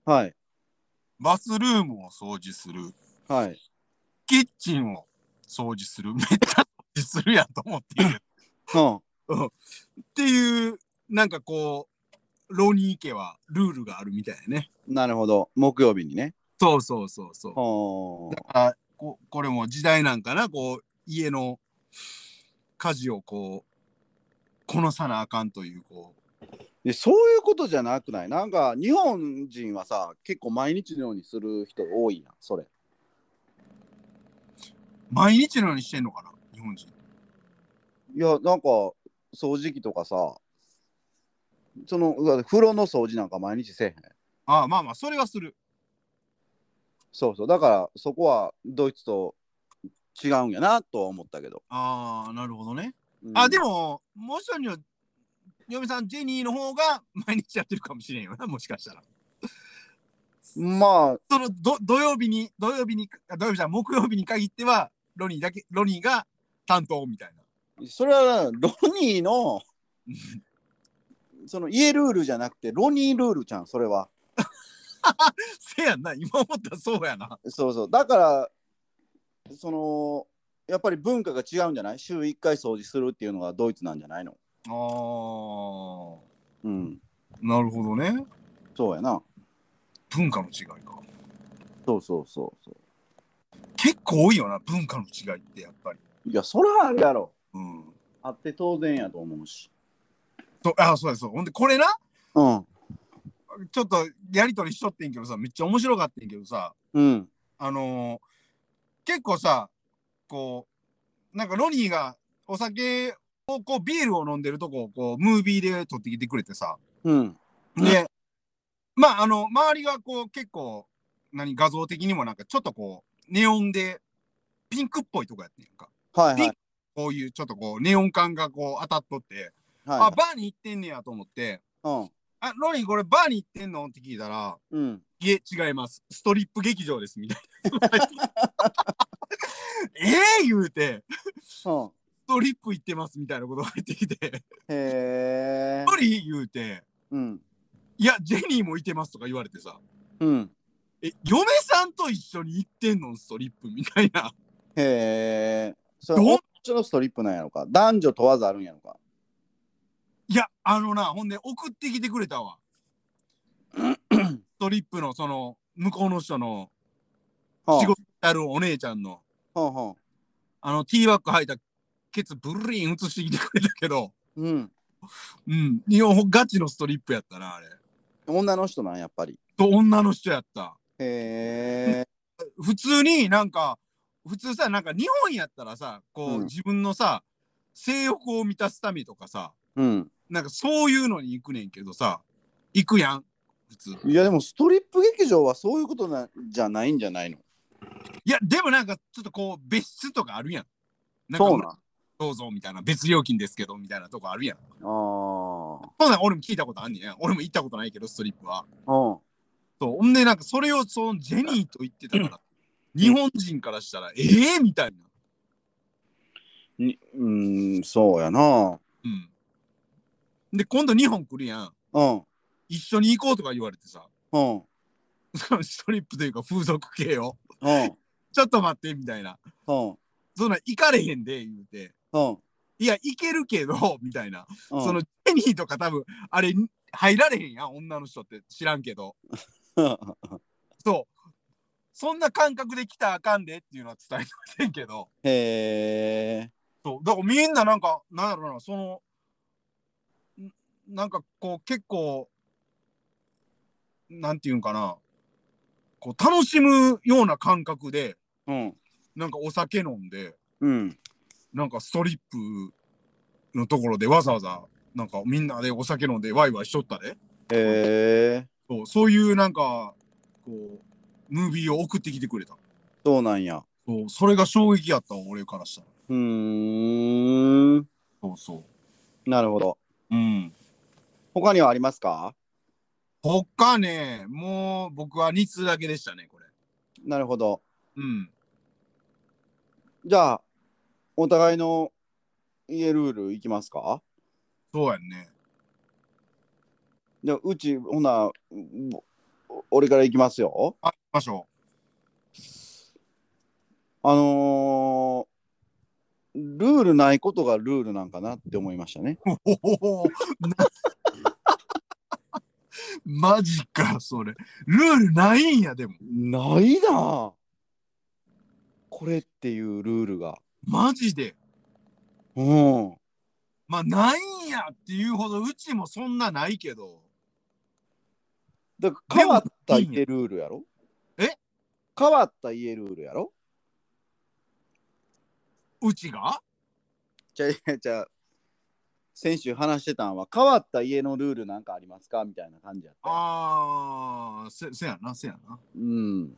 はい
バスルームを掃除する、
はい
キッチンを掃除する、めっちゃ掃除するやんと思っている。
うん
っていう、なんかこう、ロニー家はルールがあるみたいやね。
なるほど木曜日にね
そうそうそうそう。
ほ
だからここれも時代なんかなこう家の家事をこうこなさなあかんというこう
でそういうことじゃなくないなんか日本人はさ結構毎日のようにする人多いやんそれ
毎日のようにしてんのかな日本人
いやなんか掃除機とかさそのだって風呂の掃除なんか毎日せえへん
ああまあまあそれはする
そうそうだからそこはドイツと違うんやなとは思ったけど、
ああなるほどね、
うん
あでももう一人の嫁さんジェニーの方が毎日やってるかもしれんよなもしかしたら
まあ
そのど土曜日に土曜日にあ土曜日じゃない木曜日に限ってはロニーだけロニーが担当みたいな
それはロニーの
うん
その家ルールじゃなくてロニールールちゃんそれは
せやんな今思ったらそうやな
そうそうだからそのやっぱり文化が違うんじゃない週1回掃除するっていうのがドイツなんじゃないの
あー
うん、
なるほどね。
そうやな。
文化の違いか。
そうそうそうそ
結構多いよな、文化の違いってやっぱり。
う。いや、それはあるやろ。
うん。
あって当然やと思うし。
とあ、そうです。ほんで、これな、
うん。
ちょっとやりとりしとってんけどさ、めっちゃ面白かったんけどさ、
うん。
あのー結構さ、こう、なんかロニーがお酒を、こう、ビールを飲んでるとこを、こう、ムービーで撮ってきてくれてさ、
うん。
で、まあ、あの、周りがこう、結構、何、画像的にもなんか、ちょっとこう、ネオンで、ピンクっぽいとこやってんやんか。
はいは
ピン
い。
こういうちょっとこうネオン管がこう当たっとって、あ
は
バーに行ってんねやと思って
いはい。
「あロニーこれバーに行ってんの?」って聞いたら
うん。うん。
「いえ違いますストリップ劇場です」みたいな。 [LAUGHS] ええ言うて
うん
ストリップ行ってますみたいなことが入ってき
[LAUGHS]
て「
へえ
ロ。ニー言うて
うん。
「いやジェニーもいてます」とか言われてさ
うん。
え、嫁さんと一緒に行ってんのストリップみたいな。
へえ。そ
どん
れっちのストリップなんやろか。男女問わずあるんやろか。
いや、あのな、ほんで送ってきてくれ
[LAUGHS]
たわ。ストリップのその、向こうの人の
はあ
仕事やるお姉ちゃんの、
はあはあ
あの、ティーバッグ履いたケツブルリン映してきてくれたけど、
うん。
うん、日本ガチのストリップやったな、あれ。
女の人なんやっぱり。
と女の人やった。
へえ。
普通になんか普通さなんか日本やったらさこう、
うん
自分のさ性欲を満たすためとかさ
うん。
なんかそういうのに行くねんけどさ行くやん普通
いやでもストリップ劇場はそういうことなじゃないんじゃないの
いやでもなんかちょっとこう別室とかあるやんなんか
そうなん。あ
どうぞみたいな別料金ですけどみたいなとこあるやん
あ
そうなん俺も聞いたことあんねん俺も行ったことないけどストリップは
ー。うん。
そうほんでなんかそれをそのジェニーと言ってたから日本人からしたらええみたいな
にうーん、そうやな。
うんで今度日本来るやん
うん。
一緒に行こうとか言われてさ [LAUGHS]
うん。うん。
そのストリップというか風俗系を
うん。
ちょっと待ってみたいな
うん。
そんな行かれへんで言うて
うん。
いや行けるけど [LAUGHS] みたいな、そ
そ
のジェニーとか多分あれ入られへんやん女の人って知らんけど
の。
そうそんな感覚で来たらあかんでっていうのは伝えてませんけど
[LAUGHS] へえ。
そうだからみんななんかなんやろなそのんなんかこう結構なんていうんかなこう楽しむような感覚で
うん。
なんかお酒飲んで
うん。
なんかストリップのところでわざわざなんかみんなでお酒飲んでワイワイしとったで
へえ。
そうそういうなんかこうムービーを送ってきてくれた
そうなんや。
そうそれが衝撃やったわ俺からしたら
うーん。
そうそ
なるほど。
ううん
他にはありますか
他ねもう僕は2通だけでしたねこれ
なるほど。
うん
じゃあ、お互いの家ルールいきますか
そうやんね
じゃあ、うち、ほな、ぼ俺からいきますよ。
あ行きましょ
あのールールないことがルールなんかなって思いましたね。
うおほほ [LAUGHS] ほなマジかそれルールないんやでも
ないなあこれっていうルールが。
マジで
うん。
まあないんやっていうほどうちもそんなないけど
だから変わった家ルールやろ
え
変わった家ルールやろ
うちが
じゃあ、じゃあ、先週話してたんは、変わった家のルールなんかありますかみたいな感じやったよ。
ああせせやなせやな
うん。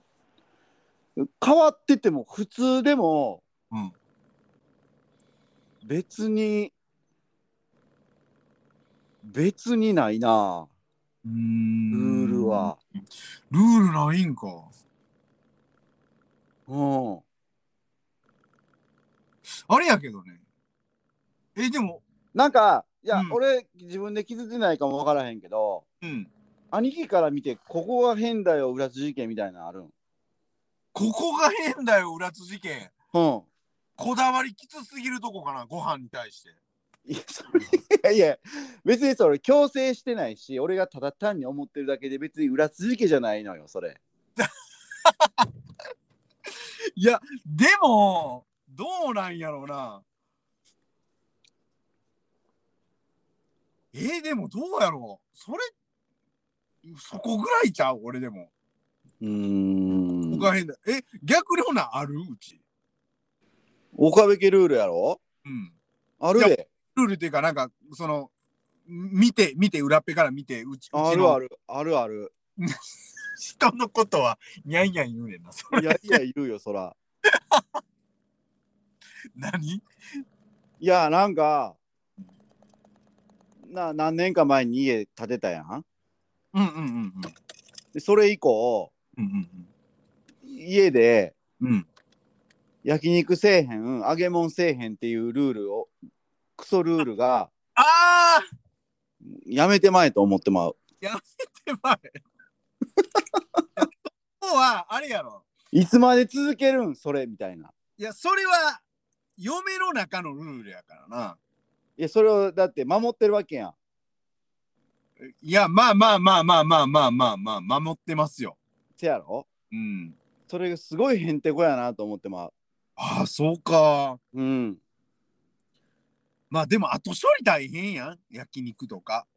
変わってても、普通でも、
うん
別に、別にないなあ
うー
ル
ん
ールは。
ルールないんか
うん。
あれやけどねえでも
なんか、いや、
うん
俺、自分で気づいてないかもわからへんけど、
うん
兄貴から見て、ここが変だよ、裏つ事件みたいなのあるん。
ここが変だよ裏つ事件
うん。
こだわりきつすぎるとこかなご飯に対して
いやそれいやいや別にそれ強制してないし俺がただ単に思ってるだけで別に裏続けじゃないのよそれ
いやでもどうなんやろうなえー、でもどうやろうそれそこぐらいちゃう俺でも
うー
僕は変だえ逆にほなあるうち
岡部家ルールやろ
うん
あるで
ルールっていうかなんかその見て見て裏っぺから見てうち
あるあ
る
るあるある
[LAUGHS] 人のことはにゃんにゃん言うねんなそれ
いやいや言うよそら
何
いやなんかな何年か前に家建てたやん
うんうんうん
でそれ以降
うんうん
家で
うんうん
焼肉せえへん揚げ物せえへんっていうルールをクソルールが
ああ
やめてまえと思ってまう
やめてまえそはあれやろ
いつまで続けるんそれみたいな。
いやそれは嫁の中のルールやからない
やそれをだって守ってるわけやん。
いやまあまあまあまあまあまあまあまあ守ってますよ
せやろ
うん
それがすごいへんてこやなと思ってま
ああそうか
う。うん。
まあでも後処理大変やん焼肉とか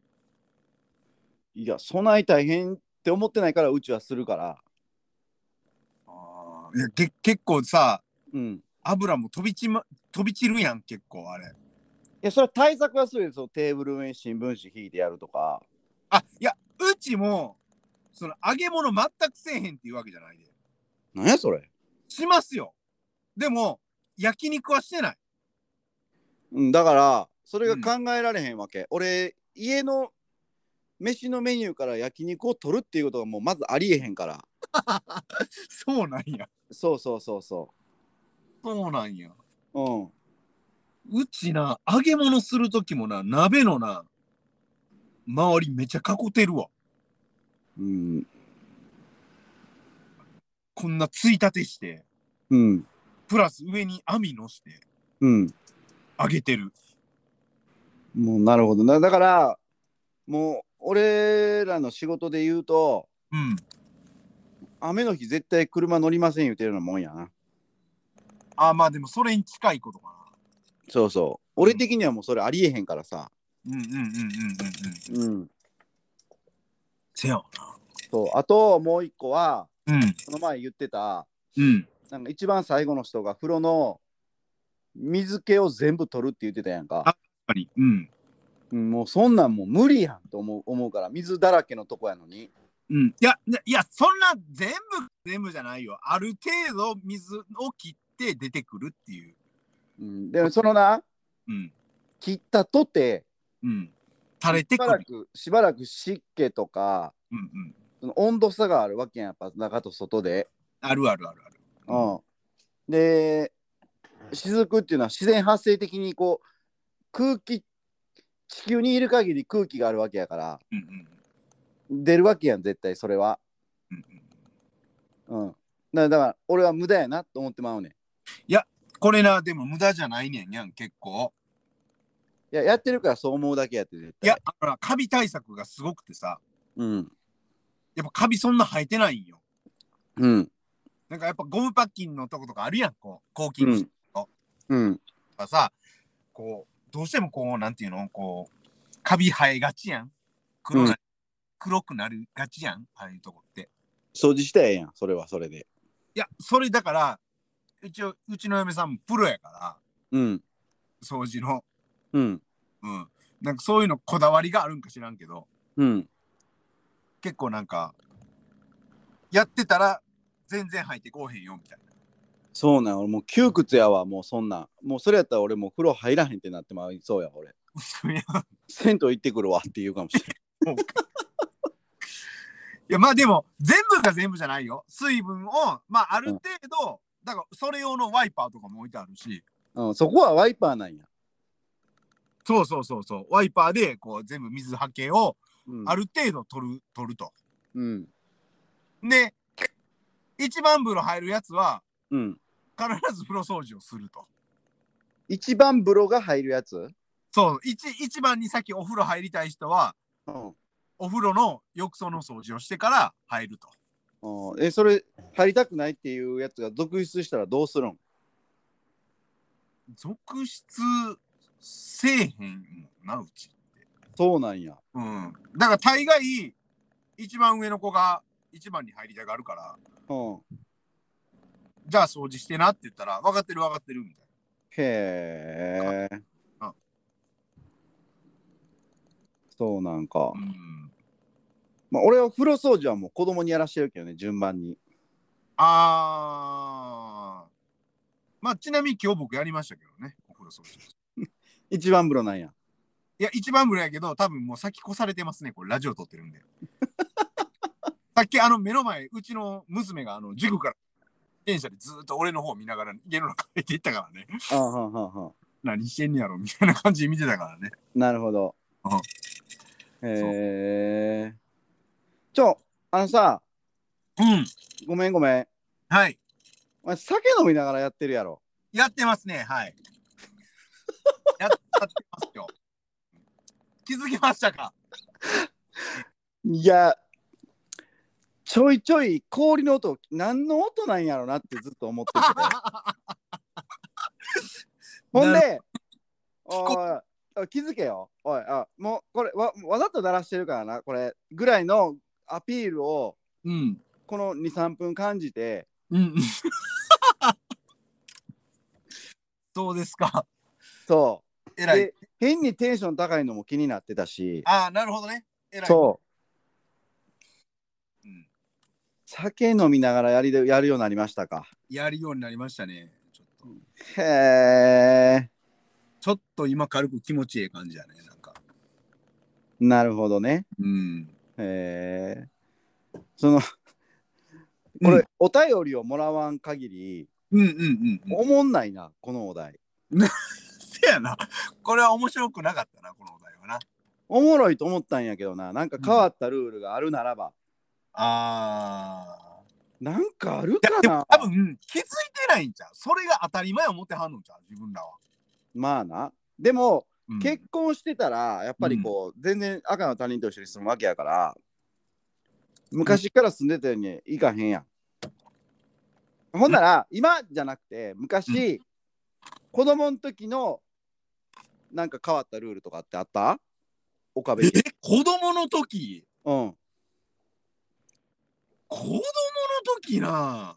いや備え大変って思ってないからうちはするから。
ああいやけ結構さ
うん。
油も飛びちま飛び散るやん結構あれ
いやそれは対策はするよそのテーブル上に新聞紙引いてやるとか。
あいやうちもその揚げ物全くせえへんっていうわけじゃないで
なんやそれ
しますよでも焼肉はしてない
うん、だからそれが考えられへんわけ、俺家の飯のメニューから焼肉を取るっていうことがもうまずありえへんから
そうなんや
そうそうそうそ
そうなんや
ううん
うちな揚げ物する時もな鍋のな周りめちゃ囲ってるわ
うん
こんなついたてして
うん
プラス上に網のして
うん
揚げてる
もうなるほどなだからもう俺らの仕事で言うと
うん
雨の日絶対車乗りません言うてるようなもんやな
あまあでもそれに近いことか
そうそう俺的にはもうそれありえへんからさ
なうんうんうんうんうんうん
うん
せやわ
そうあともう一個は
なうん
この前言ってた
うん
なんか一番最後の人が風呂の水気を全部取るって言ってたやんか
あ。やっぱりうん
うんもうそんなんもう無理やんと思う思うから水だらけのとこやのに。
うん、いや、ねいや、そんな全部、全部じゃないよ。ある程度水を切って出てくるっていう。
うん、でもそのな
うん。
切ったとて
うん。垂れて
し
く
ばら
る。
くしばらく湿気とか
うんうん。
その温度差があるわけやんやっぱ中と外で。
あるあるあるある。
うん、で雫っていうのは自然発生的にこう空気地球にいる限り空気があるわけやから
うんうん。
出るわけやん絶対それは。
うんうん、
うん。だからだから俺は無駄やなと思ってまうねん。い
これな、でも無駄じゃないねんやん、結構。
や、やってるからそう思うだけやって絶
い
対。
や、あのカビ対策がすごくてさ、
うん。
やっぱカビそんな生えてないんよ。
うん。
なんかやっぱゴムパッキンのとことかあるやん、こう、抗
う
菌
ん。うん。
とかさ、こう、どうしてもこう、なんていうの、こう、カビ生えがちやん。黒な、
うん
黒くなるがちやん、ああいうとこって。
掃除したらええやん、それはそれで。
いや、それだから、一応、うちの嫁さんもプロやから、
うん。
掃除の。
うん。
うん。なんかそういうのこだわりがあるんか知らんけど、
うん。
結構なんか、やってたら全然入ってこうへんよ、みたいな。
そうなん、俺もう窮屈やわ、もうそんなん。もうそれやったら俺もう風呂入らへんってなってまうそうや、俺。
[LAUGHS] 嘘やんい
銭湯行ってくるわって言うかもしれん。
や、まあでも、全部が全部じゃないよ。水分を、まあある程度、だからそれ用のワイパーとかも置いてあるし、
うん、そこはワイパーなんや。
そうそうそうそう、ワイパーでこう全部水はけを
うん。
ある程度取る、取ると。
うん。
で、一番風呂入るやつは、
うん。
必ず風呂掃除をすると。
一番風呂が入るやつ
そう、一一番に先お風呂入りたい人は、
うん。
お風呂の浴槽の掃除をしてから入ると。
うんえ、それ入りたくないっていうやつが続出したらどうするん
続出せえへんもんな、うち。
そうなんや。
うん。だから大概、一番上の子が一番に入りたがるから、
うん。
じゃあ掃除してなって言ったら、分かってる分かってるみたい
へえ
あ。
そうなんか
な。う。ん。
まあ、俺は風呂掃除はもう子供にやらしてるけどね、順番に。
あー。まあ、ちなみに今日僕やりましたけどね、お風呂掃除。
一番風呂なんや。
いや、一番ぐらいやけど、多分もう先越されてますね、これ、ラジオ撮ってるんで。さっき、あの、目の前、うちの娘が、あの、塾から、電車でずっと俺の方見ながら、家の中入っていったからね、
あはんはんはん
何してんねやろ、みたいな感じで見てたからね。
なるほど。へえ。ちょ、あのさ、
うん。
ごめんごめん。
はい。
お前酒飲みながらやってるやろ。
やってますね。はい。 [LAUGHS] やってますよ。気づきましたか
いや、ちょいちょい氷の音、何の音なんやろなってずっと思ってて。ほん
な
で、おいおい気づけよ。おい、あもうこれわ、わざと鳴らしてるからな、これ、ぐらいのアピールを、
うん。
この2、3分感じて、
[LAUGHS] うん。そうですか。
そ
え
う。
らい。
で、変にテンション高いのも気になってたし、
ああ、なるほどね。えらい。
そう。
うん
酒飲みながらやりでやるようになりましたか。
やるようになりましたね。ちょっと
へえ、
ちょっと今軽く気持ちいい感じやね。なんか。
なるほどね。
うん。
へえ。その、これ、お便りをもらわん限り、
うんうんうんうん。
おもんないな、このお題。
せやな。これは面白くなかったな、このお題はな。
おもろいと思ったんやけどな、なんか変わったルールがあるならば、
あー。
なんかある
いや
か
でも
な
多分気づいてないんちゃうそれが当たり前思ってはんのんちゃう自分らは。
まあな。でも、
うん
結婚してたら、やっぱりこう、全然赤の他人と一緒に住むわけやから、昔から住んでたようにいかへんやん。ほんなら、今じゃなくて、昔、子供の時の、なんか変わったルールとかってあった岡部
え
家。
子供の時
うん。
子供の時な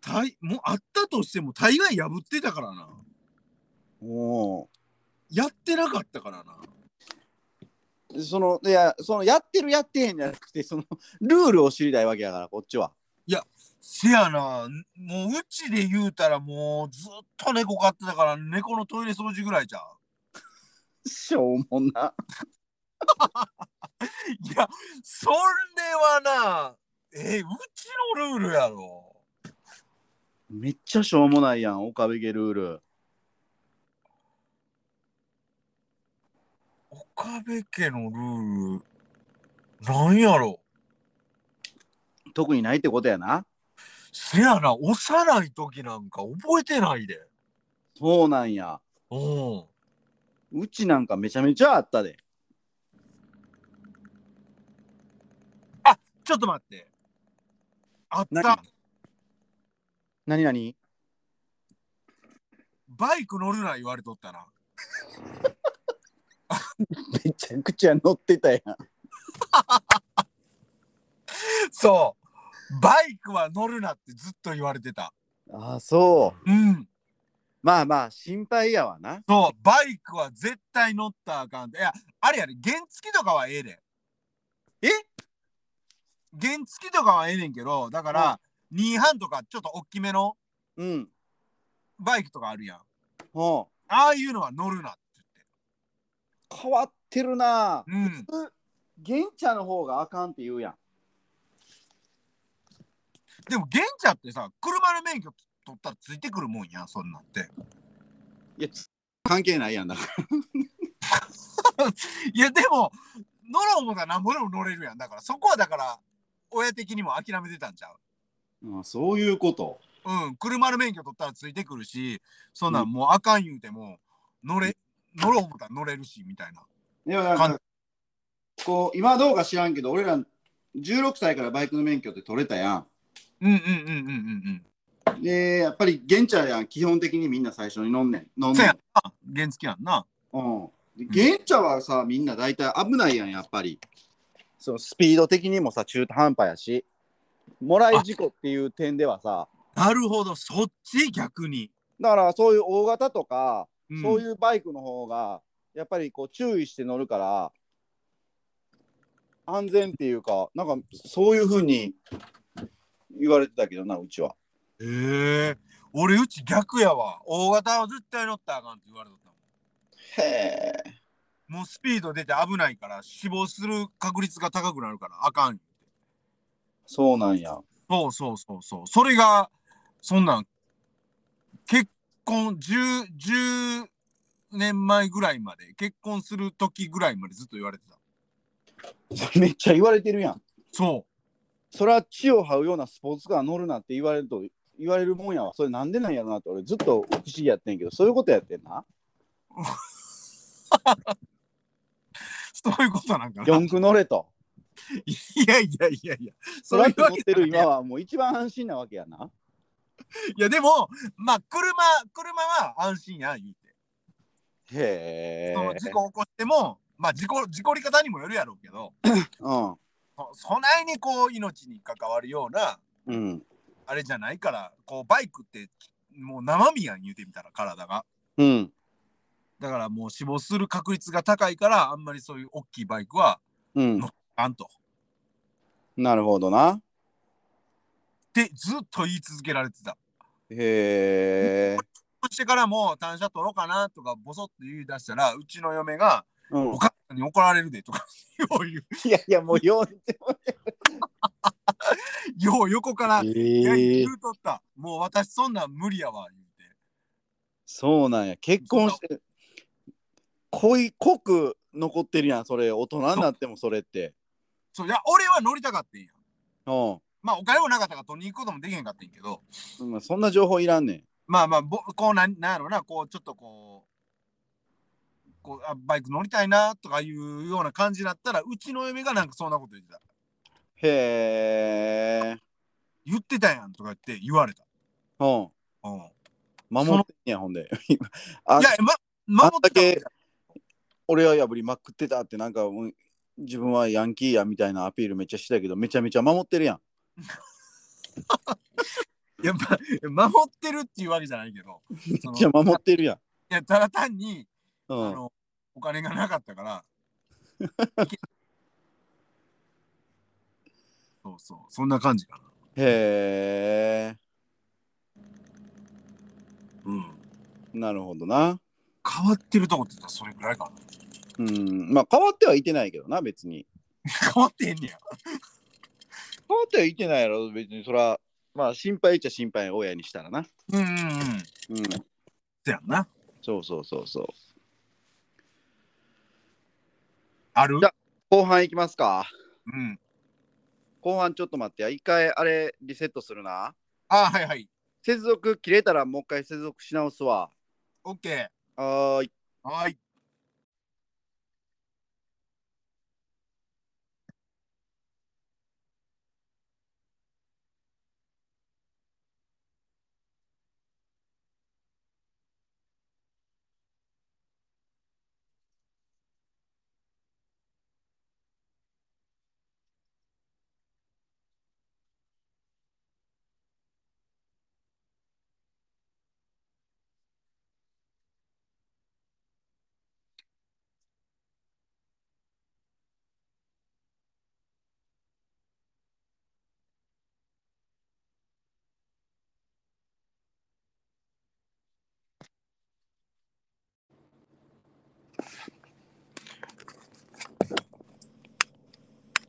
たいもうあったとしても大概破ってたからな
お
やってなかったからな
ーその、いや、その、やってるやってへんじゃなくて、その、ルールを知りたいわけやから、こっちは。
せやなもううちで言うたらもうずっと猫飼ってたから猫のトイレ掃除ぐらいじゃん
しょうもんな。
いやそれはなえうちのルールやろ
めっちゃしょうもないやん、岡部家ルール。
岡部家のルールなんやろ
特にないってことやな。
せやな幼い時なんか覚えてないで
そうなんや。
うん
うちなんかめちゃめちゃあったで。
ちょっと待って。あっ
何
た。
何何
バイク乗るな言われとったな。
めちゃくちゃ乗ってたやん。
そう。バイクは乗るなってずっと言われてた。
ああ、そう。
うん。
まあまあ、心配やわな。
そう。バイクは絶対乗ったらあかんって。いや、あれやね。原付とかはええで。
え
原付とかはええねんけど、だから、2班とかちょっと大きめの
うん。
バイクとかあるやん。
ほう。
ああいうのは乗るなって
変わってるな。
言って。うん。
普通、玄茶の方があかんって言うやん。
でも、現茶ってさ、車の免許取ったらついてくるもんやん、そんなんって。
いや、関係ないやんだから。
いやでも乗ろう思ったらなんぼでも乗れるやんだからそこはだから親的にも諦めてたんちゃう
あそういうこと。
うん車の免許取ったらついてくるしそんなんもうあかん言うても乗れ乗ろう思ったら乗れるしみたいない
や、なん
かん
か、こう、今どうか知らんけど、俺ら16歳からバイクの免許って取れたや
うんうんうんうんうん
ん。で、やっぱり玄茶やん、基本的にみんな最初に飲んねん。飲
うんん
ね
そ
ん
やん。な原付やんな
うん。で、現茶はさ、みんな大体危ないやん、やっぱり。そのスピード的にもさ、中途半端やし、もらい事故っていう点ではさ、
なるほどそっち逆に、
だからそういう大型とか、
うん
そういうバイクの方が、やっぱりこう注意して乗るから、安全っていうか、なんかそういうふうに言われてたけどな、うちは。
へえ俺うち逆やわ大型は絶対乗ったらあかんって言われとったも
へえ。
んもうスピード出て危ないから死亡する確率が高くなるからあかん
そうなんや。 [LAUGHS]
そうそうそうそう。それが、そんなん、結婚10、10年前ぐらいまで、結婚する時ぐらいまでずっと言われてた。
めっちゃ言われてるやん。
そ
そら地を這うようなスポーツカー乗るなって言われると言われるもんやわそれなんでなんやろなって俺ずっと不思議やってんけどそういうことやってんな
う。そういうことなんかな。
四駆乗れと
いやいやいやいや。
ト
[LAUGHS] そう
ラ
い
ッ
う
ク乗
わ
っ
け
てる
じゃない
今はもう一番安心なわけやない
やでも、まあ、車、車は安心や、言うて。
へえ
その事故起こっても、まあ、事故、事故り方にもよるやろうけど、
うん
そそないにこう、命に関わるような、
うん
あれじゃないから、こう、バイクって、もう生身やん、言うてみたら、体が。
うん
だからもう死亡する確率が高いから、あんまりそういう大きいバイクは、
うん
あんと。
なるほどな
ってずっと言い続けられてた。
へえ
そしてからも、単車取ろうかなとか、ボソッと言い出したら、うちの嫁が、
うん
[LAUGHS] お母さんに怒られるでとか、 [LAUGHS] よう言う
いやいやもう4って
よう横から、いや
え
言うとった。もう私そんなん無理やわ、言うて。
そうなんや結婚して濃い濃く残ってるやんそれ大人になってもそれって
そう、いや、俺は乗りたかったんや。
う
まあ、お金もなかったから取りに行くこともできへんかったんやけど、
んまあそんな情報いらんねん
まあまあ、ぼこうなん、なんやろな、こう、ちょっとこう、こうあバイク乗りたいなとかいうような感じだったら、うちの嫁がなんかそんなこと言ってた。
へえ
言ってたやんとか言って言われた。
うん
うん。い
守ってんやほんで [LAUGHS] あ
や、ま、守ってたわけじゃ
俺は破りまくってたってなんかもう自分はヤンキーやみたいなアピールめっちゃしてたけどめちゃめちゃ守ってるやん
いや、ま、守ってるっていうわけじゃないけど、その
めっちゃ守
い
ってるやん
や、ただ単に、
う
あ
ん
の、お金がなかっ
[LAUGHS]
たから。そうそう、そんな感じかな。
へえ
うん。
なるほどな
変わってるとこって言ったらそれぐらいか
う
な。
んまあ変わってはいてないけどな別に
変わってへんねや。
変わってはいてないやろ別にそらまあ心配っちゃ心配親にしたらな
うんうんうん。
うん
そやんな。
そうそうそうそう
ある
じゃ後半いきますか
うん。
後半ちょっと待ってや一回あれリセットするな
あはいはい。
接続切れたらもう一回接続し直すわ
オッケー。
はーい
はーい。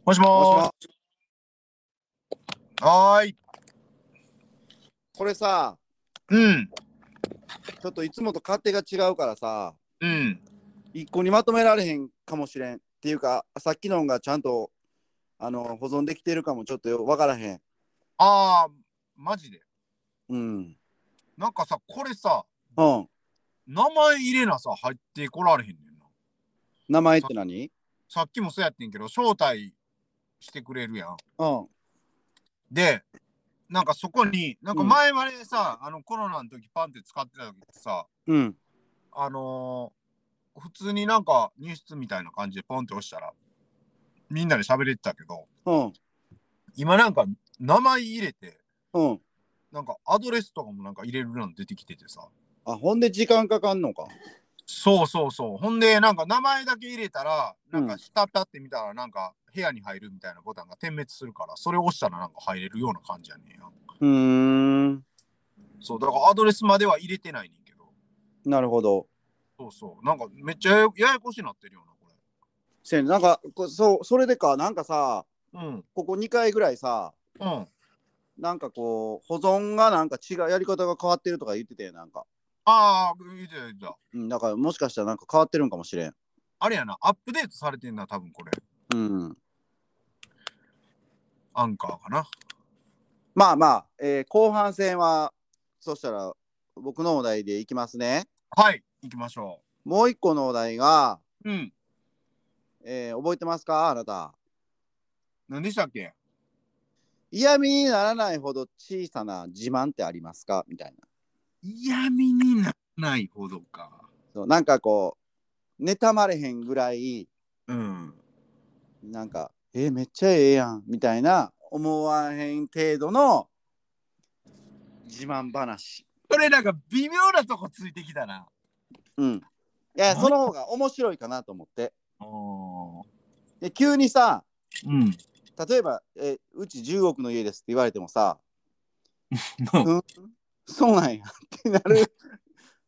もしもーし。はーい。
これさ
うん。
ちょっといつもと勝手が違うからさ
うん。
一個にまとめられへんかもしれんっていうかさっきのんがちゃんとあの保存できてるかもちょっとよわからへん
あー、マジで。
うん
なんかさ、これさ、
うん
名前入れなさ、入ってこられへんねんな。
名前って何
さっきもそうやってんけど、招待してくれるやん。
うん
で、なんかそこに、なんか前までさ、あのコロナの時パンって使ってた時ってさ、
うん
あのー普通になんか入室みたいな感じでポンって押したら、みんなで喋れてたけど、
うん
今なんか名前入れて、
うん
なんかアドレスとかもなんか入れるの出てきててさ。
あほんで時間かかんのか
そうそうそう。ほんで、なんか名前だけ入れたら、なん
う
か
ん
下立ってみたら、なんか部屋に入るみたいなボタンが点滅するから、それを押したらなんか入れるような感じやねんや。
うーん
そう、だからアドレスまでは入れてないねんけど。
なるほど
そうそう。なんかめっちゃやややこしになってるよな、こ
せやねなんかこそうそれでかなんかさ
れ。うん。
ここ2回ぐらいさ
うん。
なんかこう保存がなんか違うやり方が変わってるとか言っててなんか、
ああ、言ってた言ってた。
うん、だからもしかしたらなんか変わってるんかもしれん
あれやな、アップデートされてんな、多分これ。
うん
アンカーかな。
まあまあ、えー後半戦はそしたら僕のお題でいきますね
はい、行きましょ
もう一個のお題が、
う。うん。
えー覚えてますかあなた
何でしたっけ
嫌味にならないほど小さな自慢ってありますかみたいな
嫌味にならないほどか。
そうなんかこう妬まれへんぐらい
うん。
なんかえーめっちゃええやんみたいな思わへん程度の自慢話
それなんか微妙なとこついてきたな。
うんいやその方が面白いかなと思って
お
で急にさ
うん。
例えば、えうち10億の家ですって言われてもさ、
うん
うん、そうなんやってなる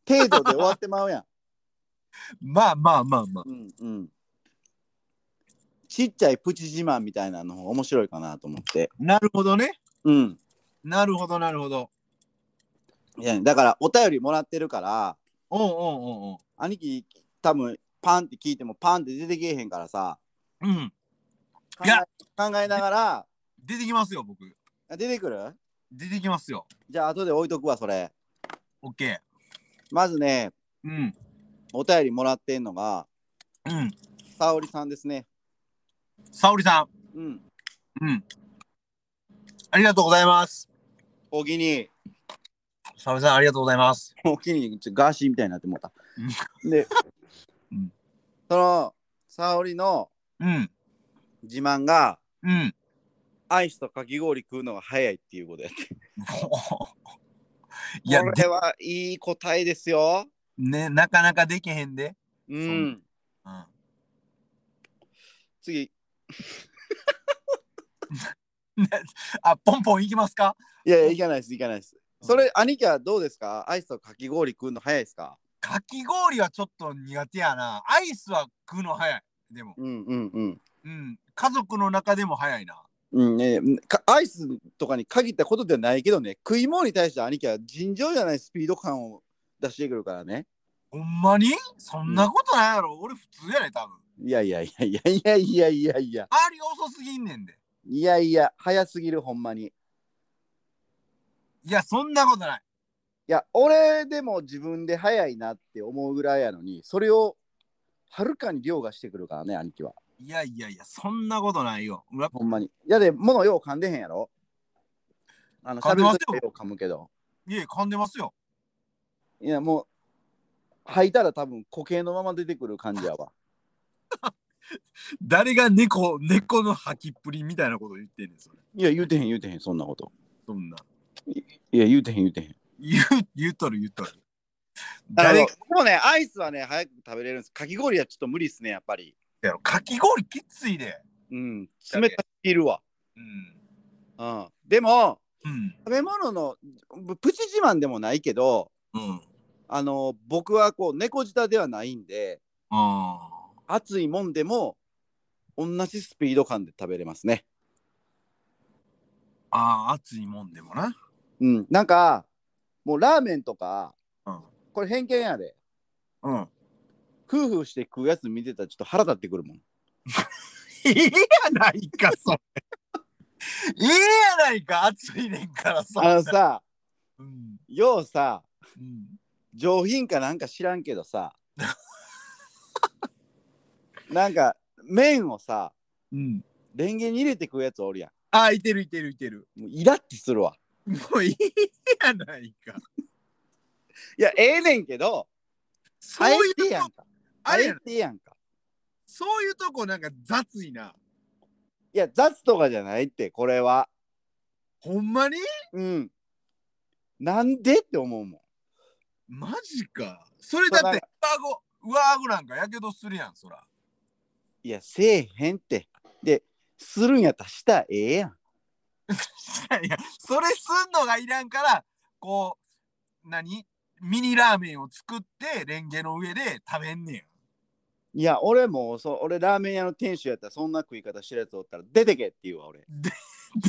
程度で終わってまうや
まあまあまあまあ
ん。。うんうん、ちっちゃいプチ自慢みたいなの方が面白いかなと思って。
なるほどね。
うん、
なるほどなるほど。
いやだからお便りもらってるから
おうおう
兄貴多分パンって聞いてもパンって出てけえへんからさ
おうおう。うん。
考
いや
え考えながら
出てきますよ、僕。
あ出てくる
出てきますよ。
じゃあ後で置いとくわそれ。
オッケ
まずね
ー。うん。
お便りもらってんのが
うん。
沙織さんですね。
沙織さ
うん、
ん。うん。ありがとうございます。
お気に。
沙織さん、ありがとうございます。
もう気にちょガーシーみたいになってもうた。で、
うん
その沙織の
うん。
自慢が
うん。
アイスとかき氷食うのが早いっていうことやって。
[LAUGHS] いや
こ、
で
れはいい答えですよ。
ね、なかなかできへんで。
う
そ
ん
ん。うん。
次。
あ、ポンポンいきますか
いやいや、いかないです、いかないです。それ、兄貴はどうですかアイスとかき氷食うの早いですか
かき氷はちょっと苦手やな。アイスは食うの早い。でも、
うんうんうん。
うん。家族の中でも早いな。
うんね、かアイスとかに限ったことではないけどね食い物に対して兄貴は尋常じゃないスピード感を出してくるからね
ほんまにそんなことないやろ。俺普通やね、多分。
いやいやいやいやいやいやいやいや
あり遅すぎんねんで。
いやいや、早すぎる、ほんまに。い
いや、そんなことない。
や、俺でも自分で早いなって思うぐらいやのに、それをはるかに凌駕してくるからね、兄貴は。
いやいやいや、そんなことないよ。うわ
ほんまに。いやで、物よう噛んでへんやろ。あの、
噛ん
喋
でま
る
すよ
ときはよう噛むけど。
いや、噛んでますよ。
いや、もう、吐いたら多分固形のまま出てくる感じやわ。
誰が猫、猫の吐きっぷりみたいなこと言ってんねん、それ。
いや、言うてへん、言うてへん、そんなこと。
そんな。
いや、言うてへん、言うてへん。
言う、言うとる言うとる。
あ
誰
の
か
僕もね、アイスはね、早く食べれるんです。かき氷はちょっと無理っすね、やっぱり。
やろ。かき氷きついで。
うん、冷たすぎるわ。
うん。
うん。でも、
うん。
食べ物のぶプチ自慢でもないけど
うん。
あの僕はこう猫舌ではないんで
ああ。
熱いもんでも同じスピード感で食べれますね。
ああ、熱いもんでもな。
うん、なんかもうラーメンとか
うん。
これ偏見やで
うん。
夫婦して食うやつ見てたらちょっと腹立ってくるもん。
ええやな
[LAUGHS]
いか、それ。ええやないか、熱いねんからさ。
あのさ
うん。
ようさ
うん。
上品かなんか知らんけど
[LAUGHS]
さなんか麺をさ
うん。
レンゲに入れて食うやつおるや
あ、いてるいてるいてる。
んもうイラッてするわ。
もういいやないか。
いやええねんけど
そ
あ
う
え
いう
て
と
やん
こ、
か。
あ
あ
れ
え
やな
てやんか。
そういうとこなんか雑いな。
いや、雑とかじゃないって、これは。
ほんまに
うん。なんでって思うもん。
マジか。それだって、
そう
上
なん
顎、上顎なんかやけどするやん、そら。 [LAUGHS]
いや、せえへんって。で、するんやったらしたらええやん。
いやいや、それすんのがいらんから、こう、何ミニラーメンを作って、レンゲの上で食べんねん。
いや、俺もうそう、俺ラーメン屋の店主やったら、そんな食い方してるやつおったら、出てけって言うわ、俺。
[LAUGHS]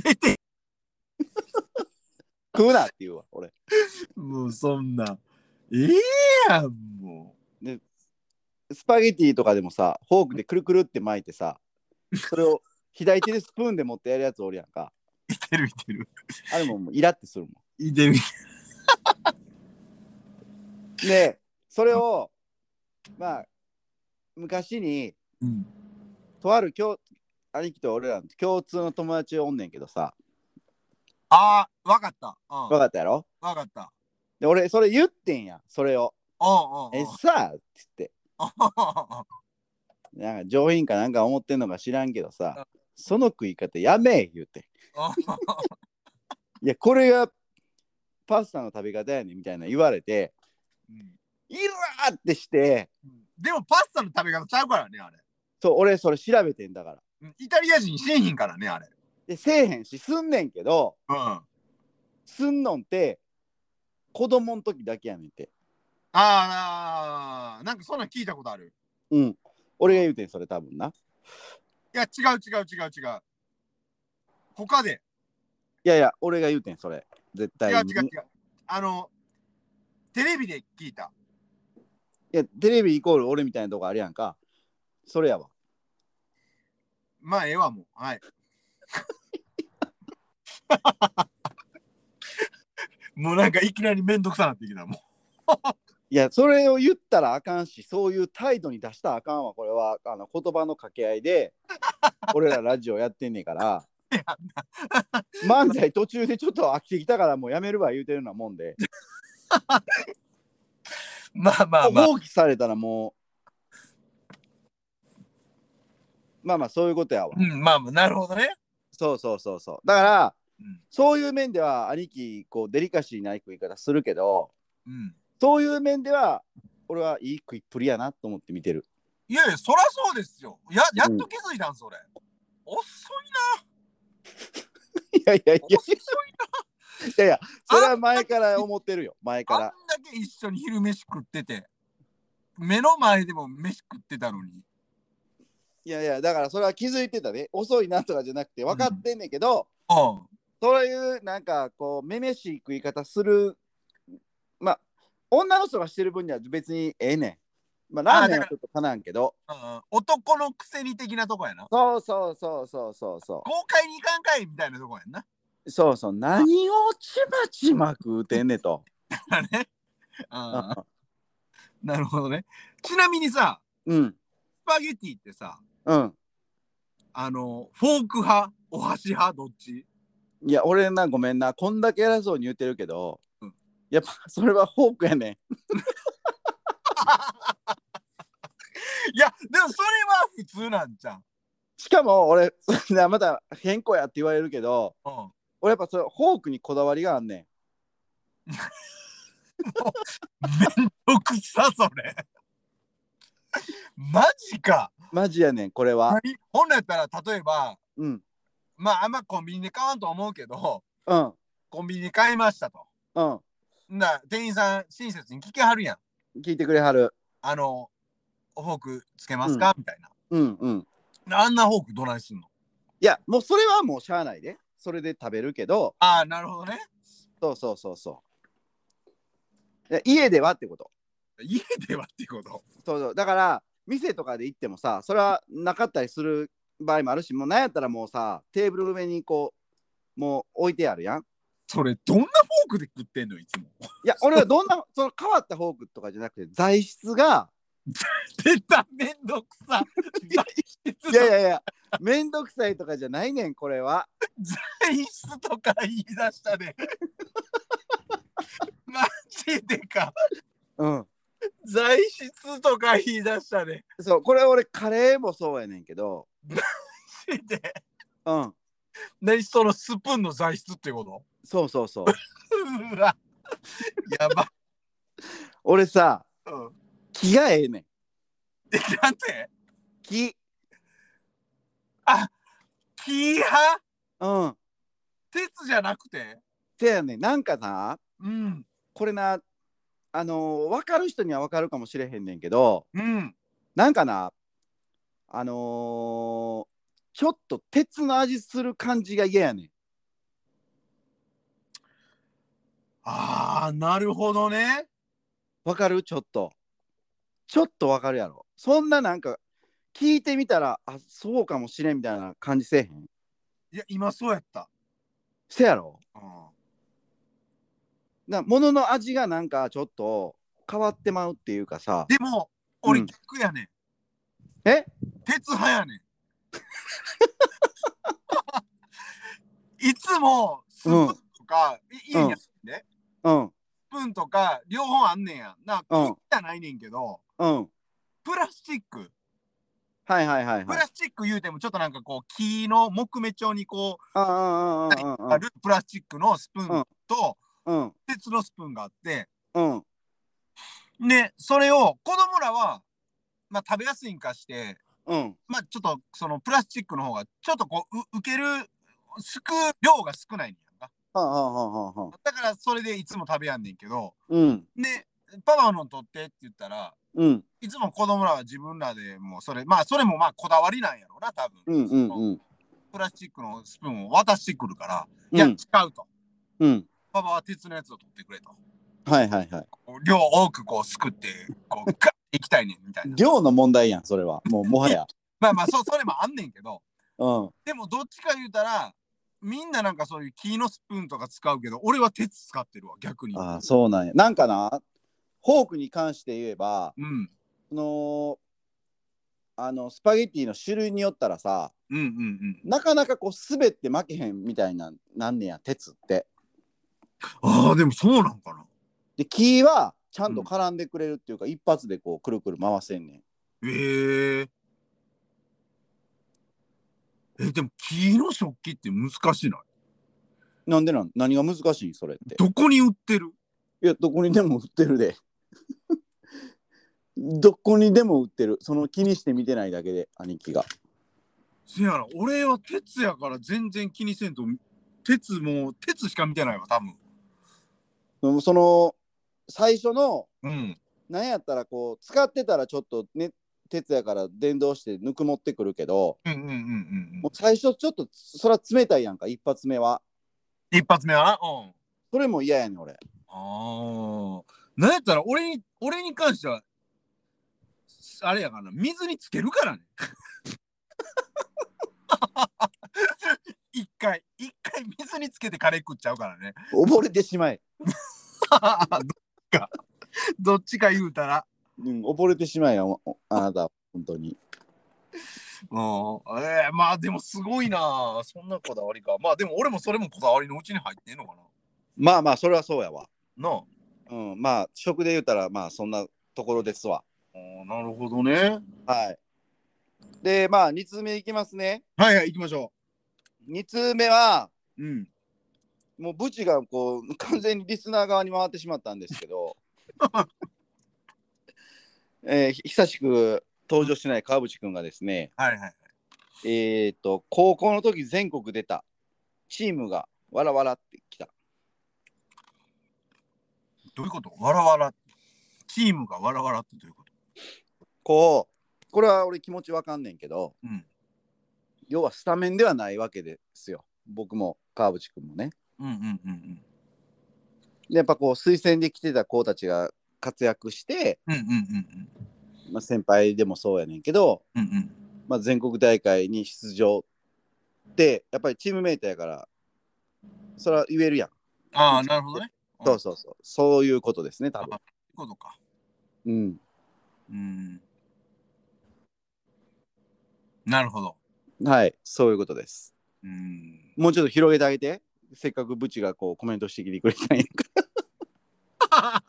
出て
食うなって言うわ、俺。
もうそんな。ええやん、も
スパゲティとかでもさ、フォークでくるくるって巻いてさ、それを左手でスプーンで持ってやるやつおるやんか。
いてるいてる。
あれももうイラってするも
いてる。
ん。で、それを、まあ、昔に、
うん。
とある共兄貴と俺らの共通の友達おんねんけどさ、
ああ、わかった。うん。
分かったやろ
わかった。
で、俺、それ言ってんやん、それを。
うんうん
え
うん。、
さあって言って、
あ
なんか上品かなんか思ってんのか知らんけどさ、その食い方やめえ言うて。いや、これがパスタの食べ方やねんみたいな言われて、
うん
イラーってして、
でもパスタの食べ方ちゃうからね、あれ。
そう、俺それ調べてんだから。
うんイタリア人しんひんからね、あれ。
で、せえへんし、すんねんけど、
うん。あ
すんのんって、子供の時だけやねんて。
あー、なんかそんなん聞いたことある。
うん。俺が言うてん、それ多分な。
いや、違う違う違う違う。他で。
いやいや、俺が言うてん、それ。絶
違う
対
違う
に。
違う。あの、テレビで聞いた。
いや、テレビイコール俺みたいなとこあるやんか。それやわ。
まあ、ええわ、もう。はい。 [LAUGHS] もうなんかいきなりめんどくさなってきた。も
いや、それを言ったらあかんし、そういう態度に出したらあかんわ。これは、あの、言葉の掛け合いで、
[LAUGHS]
俺らラジオやってんねんから。漫才途中でちょっと飽きてきたからもうやめるわ言うてるようなもんで、
う。まあまあまあ。
放棄されたらもうまあまあそういうことやわ、
うん、まあまあ、なるほどね。
そうそうそうそうだから
うん。
そういう面では兄貴こうデリカシーない食い方するけど
うん、
そういう面では俺はいい食いっぷりやなと思って見てる
いやいや、そらそうですよ。や、やっと気づいたん、それ。遅い
いやいやい
な。
や
遅い
いやいやそれは前から思ってるよ前か
あんだ
ら
け一緒に昼飯食ってて、目の前でも飯食ってたのに。
いやいやだからそれは気づいてたね遅いなとかじゃなくて分かってんねんけど、
うん。
そういうなんかこうめめしい食い方するまあ女の人がしてる分には別にええねんまあラーメンはちょっとかなんけど
うん男のくせに的なとこやな。
そうそうそうそうそうそ
公開に行かんかいみたいなとこやんな。
うそうそう何をちまちま食うてんねんと
あれあーなるほどね。ちなみにさ、
うん
スパゲティってさ、
うん
あの、フォーク派、お箸派、どっち
いや俺なごめんなこんだけ偉そうに言ってるけど、
うん
やっぱそれはフォークやねん
いや、でもそれは普通なんじゃん。
しかも俺 [LAUGHS] なまた変更やって言われるけど
うん。
俺やっぱそれフォークにこだわりがあんねん
めんどくさ、それ。マジか。
マジやねんこれは
何本来やったら、例えば、
うん
まあ、あんまコンビニで買わんと思うけど、
うん
コンビニで買いましたと。
うん
な、店員さん、親切に聞きはるやん。
聞いてくれはる
あの、フォークつけますか、みたい
うんうん
な。あんなフォークどないすんの
いや、もうそれはもうしゃあないで。それで食べるけど、
ああ、なるほどね。
そうそうそうそう。いや家ではってこと。
家ではってこと。
そうそう。だから、店とかで行ってもさ、それはなかったりする場合もあるし、もうなんやったらもうさ、テーブル上にこう、もう置いてあるやん。
それ、どんなフォークで食ってんのいつも。
いや、俺はどんな、その変わったフォークとかじゃなくて、材質が、
出た、めんどくさ。材質
いやいやいや、めんどくさいとかじゃないねん、これは。
材質とか言い出したね。 [LAUGHS] マジでか。
うん。
材質とか言い出したね。
そう、これ俺、カレーもそうやねんけど、
マジで。
うん。
何そのスプーンの材質ってこと
そうそうそう。
うわ。やば。
俺さ、
うん、
気がええねん。
え、なんて
気。
木派
うん。
鉄じゃなくて
せやねんなんかな
うん。
これなあのー、分かる人には分かるかもしれへんねんけど
うん。
なんかなあのー、ちょっと鉄の味する感じが嫌やねん
ああ、なるほどね。
分かるちょっとちょっと分かるやろそんななんか聞いてみたらあそうかもしれんみたいな感じせえへん
いや、今そうやった。
せやろ
うん。
な物の味がなんかちょっと変わってまうっていうかさ
でも、
う
俺
ん
逆やねん。
え
鉄派やねん。 [LAUGHS] いつも、スプーンとか、いい
うん
いやつね。
うん
スプーンとか、両方あんねんや。な、
うん
食ったないねんけど、
うん
プラスチック。
はいはいはい
プ
はい
ラスチック言うても、ちょっとなんかこう、木の木目調にこ
あああ
う、
ああ
あるプラスチックのスプーンと、
うん
鉄のスプーンがあって、
うん
で、それを子供らは、まあ食べやすいんかして、
うん
まあちょっとそのプラスチックの方がちょっとこうう受けるすく量が少ないんやんか
はあはあはあはあ
だからそれでいつも食べやんねんけど
うん
でパパの取ってって言ったら
うん
いつも子供らは自分らでもうそれまあそれもまあこだわりなんやろうな多分、
うんうんうん
プラスチックのスプーンを渡してくるから、
う
いや違
ん
うと
うん
パパは鉄のやつを取ってくれと
はいはいはい
こう量多くこうすくってこうガッていきたいねんみたいな
量の問題やんそれはもうもはや
まあまあそうそれもあんねんけど
うん
でもどっちか言うたらみんななんかそういう木のスプーンとか使うけど俺は鉄使ってるわ逆に
ああそうなんやなんかなフォークに関して言えば
うん
そのあのスパゲッティの種類によったらさ
うんうんうん
なかなかこう滑って負けへんみたいななんねや鉄って
ああでもそうなんかな
で木はちゃんと絡んでくれるっていうか、一発でこうくるくる回せんねん
へええでも木の食器って難しいな
なんでなん何が難しいんそれって
どこに売ってる
いやどこにでも売ってるで [LAUGHS] どこにでも売ってるその気にして見てないだけで兄貴が
せやな俺は鉄やから全然気にせんと鉄もう鉄しか見てないわ多分
その最初の
うん
なんやったらこう使ってたらちょっとね鉄やから電動してぬくもってくるけど
うんうんうんうんうん
もう最初ちょっとそら冷たいやんか一発目は
一発目はなうん
それも嫌やねん俺
ああ。なんやったら俺に、俺に関しては、あれやからな、水につけるからね。 [LAUGHS] 一回、一回水につけてカレー食っちゃうからね。
溺れてしまえ、
[LAUGHS] どっちか、どっちか言うたら。
うん、溺れてしまえよおあなたは本当に
うん。ええまあでもすごいな。そんなこだわりか。まあでも俺もそれもこだわりのうちに入ってんのか
まあまあそれはそうやわ
な。なあ。
うんまあ食で言うたらまあそんなところですわ
あーなるほどね。
はいでまあ2通目いきますね
はいはい、行きましょ
2通目は
う。うん。
もうブチがこう [LAUGHS] 完全にリスナー側に回ってしまったんですけ [LAUGHS] ど、えーひ久しく登場しない川淵君がですね
はいはい。
えっ、と高校の時全国出たチームがわらわらってきた
どういうことわらわら。チームがわらわらってどういうこと
こうこれは俺気持ちわかんねんけど
うん。
要はスタメンではないわけですよ僕も川淵君もね
うんうんうん
でやっぱこう推薦で来てた子たちが活躍して、
うん。うんうんうん
まあ、先輩でもそうやねんけど
うん。うんうん。
まあ、全国大会に出場ってやっぱりチームメイトやからそれは言えるやん、
ああ、なるほどね。うん
そうそうそうそういうことですね多分
あそういうことか。
うん
うん。なるほど。
はいそういうことです
うん。
もうちょっと広げてあげてせっかくブチがこうコメントしてきてくれたんやか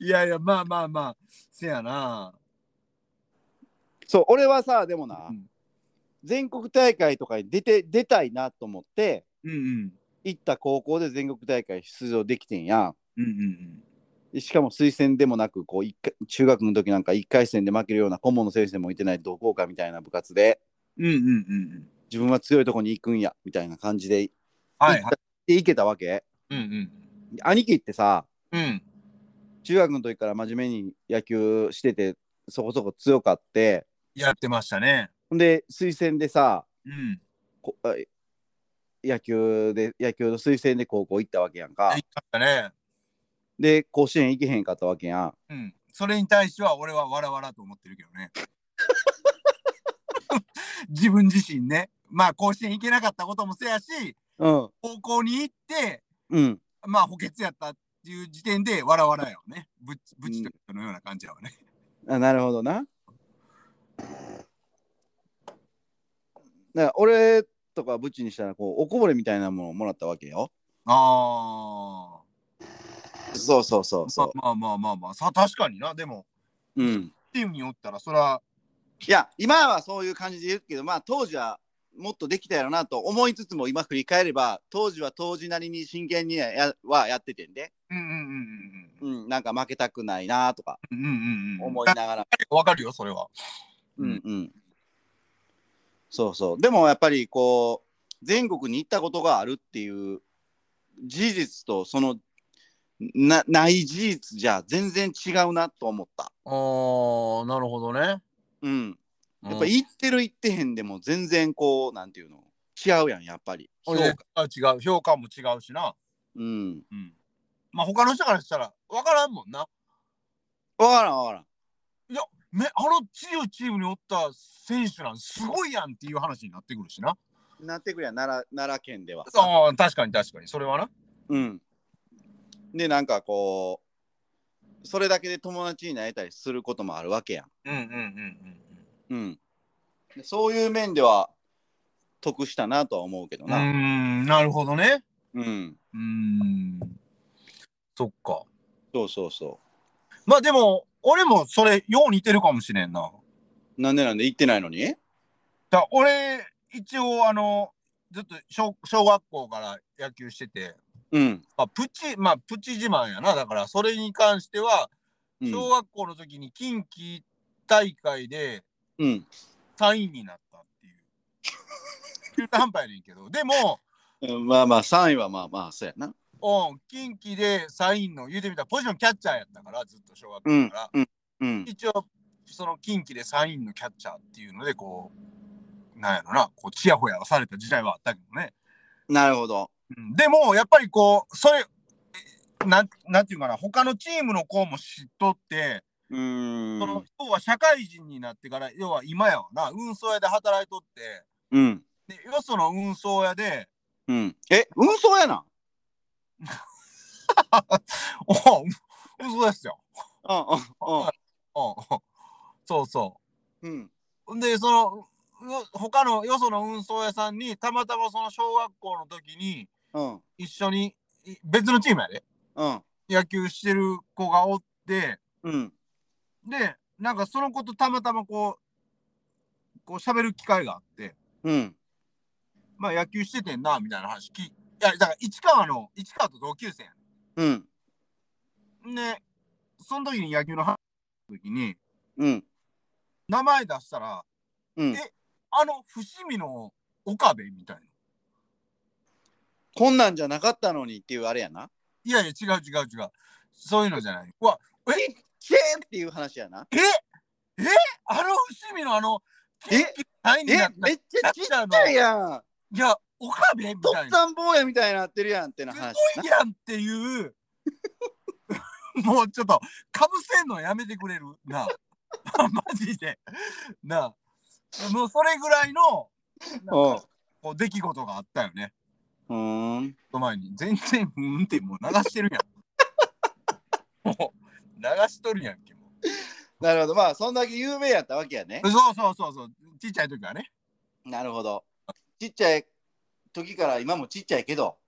いやいや、まあまあまあ。せやな。
らそう俺はさでもな、
うん
全国大会とかに出て出たいなと思って
うんうん。
行った高校で全国大会出場できてんやん
うんうん
でしかも推薦でもなくこう一回中学の時なんか1回戦で負けるような顧問の先生もいてない同好会みたいな部活で
うん。うんうんうんうん。
自分は強いとこに行くんやみたいな感じで行
はいはい。
っていけたわけ
うんうん。
兄貴ってさ
うん。
中学の時から真面目に野球しててそこそこ強かって
やってましたね。
ほんで推薦でさ
うん。
こあ野球で野球の推薦で高校行ったわけやんか
行ったね。
で甲子園行けへんかったわけやん
うん。それに対しては俺はわらわらと思ってるけどね。自分自身ね、まあ甲子園行けなかったこともせやし、
うん。
高校に行って、
うん。
まあ補欠やったっていう時点で、わらわらやわね。ぶっち、ぶっちと人のような感じやわね。
あなるほどな。だから俺とかブチにしたらこうおこぼれみたいなものをもらったわけよ。
あ
そうそうそ
あ。まあまあまあまあ、さ確かにな、でも、
う。うん、
チームにおったら、そら、
いや今はそういう感じで言うけどまあ当時はもっとできたやろなと思いつつも今振り返れば当時は当時なりに真剣にややはやっててんで、
うんうんうん
うん、なんか負けたくないなとか
うんうんうんうんうん。
思い
だ
ながら。
わかるよ、それは。
う
うんん
うん、そうそうでもやっぱりこう全国に行ったことがあるっていう事実とそのなない事実じゃ全然違うなと思った、
ああ、なるほどね。
うん、やっぱ
い
行ってる行ってへんでも全然こうなんていうの違うやんやっぱり
評
評価
価違う評価も違うしな、
うん
うん、まあ他の人からしたら分からんもんな
分からん分からん
めあの強いチームにおった選手なんすごいやんっていう話になってくるしな
なってくるやん奈良奈良県では
そう確かに確かにそれはな
うん、でなんかこうそれだけで友達になれたりすることもあるわけやん
うんうんうん
うん、でそういう面では得したなとは思うけど
うんう
な。
んなるほどね
うん、
うーんそっか
そうそうそ
まあでも俺もそれよう似てるかもしれんな
う。なんでなんで行ってないのに
だ俺一応あのずっと小小学校から野球してて
うん。
まあ、プチ、まあ、プチ自慢やな。だから、それに関しては、
うん
小学校の時に近畿大会で
うん。
3位になったっ
[LAUGHS]
ていう。中途半端やねんけど。でも、
うんまあまあ3位はまあまあそうやな。
うん、近畿で3位の、言うてみたらポジションキャッチャーやったから、ずっと小学
う
校
ん
から。。
うん。うん。
一応、その近畿で3位のキャッチャーっていうので、こう、なんやろな、こう、ちやほやはされた時代はあったけどね。
なるほど。
うんでも、やっぱりこう、それ、なん、なんていうかな、他のチームの子も知っとって、
うー
その
ん。
要は社会人になってから要は今やわな運送屋で働いとって
うん。
でよその運送屋で [LAUGHS]
うん。え、運送やな。
「おう運送屋っすよ
う」
おうそうそ
ん。うん。うん。
うでそのう他のよその運送屋さんにたまたまその小学校の時に
うん。
一緒にい別のチームやで
うん。
野球してる子がおって
うん。
でなんかその子とたまたまこうこう喋る機会があって
うん。
まあ野球しててんなみたいな話きいやだから市川の市川と同級生やね
うん。
で、その時に野球の話の時に、
うん。
名前出したら、
うん
え。あの伏見の岡部みたいな。
こんなんじゃなかったのにっていうあれやな。
いやいや、違う違う違う。そういうのじゃない。うわ、
チェーンっていう話やな。
ええあの伏見のあの、
え
何に
え
なっ、た
めっちゃちっちゃいやん。
いや、岡部み
と
た
っ
いな。
つぁん坊やみたいになってるやんってな
す
話
ごいやんっていう。 [LAUGHS] もうちょっと、かぶせんのやめてくれるな。 [LAUGHS] マジで。なあ。もうそれぐらいの、なんか
おう
こう出来事があったよね。
うーん
ちょっと前に全然うんってもう流してるやん。 [LAUGHS] もう流しとるやんけもう。
なるほどまあそんだけ有名やったわけやね
そうそうそうそう。ちっちゃい時はね。
なるほどちっちゃい時から今もちっちゃいけど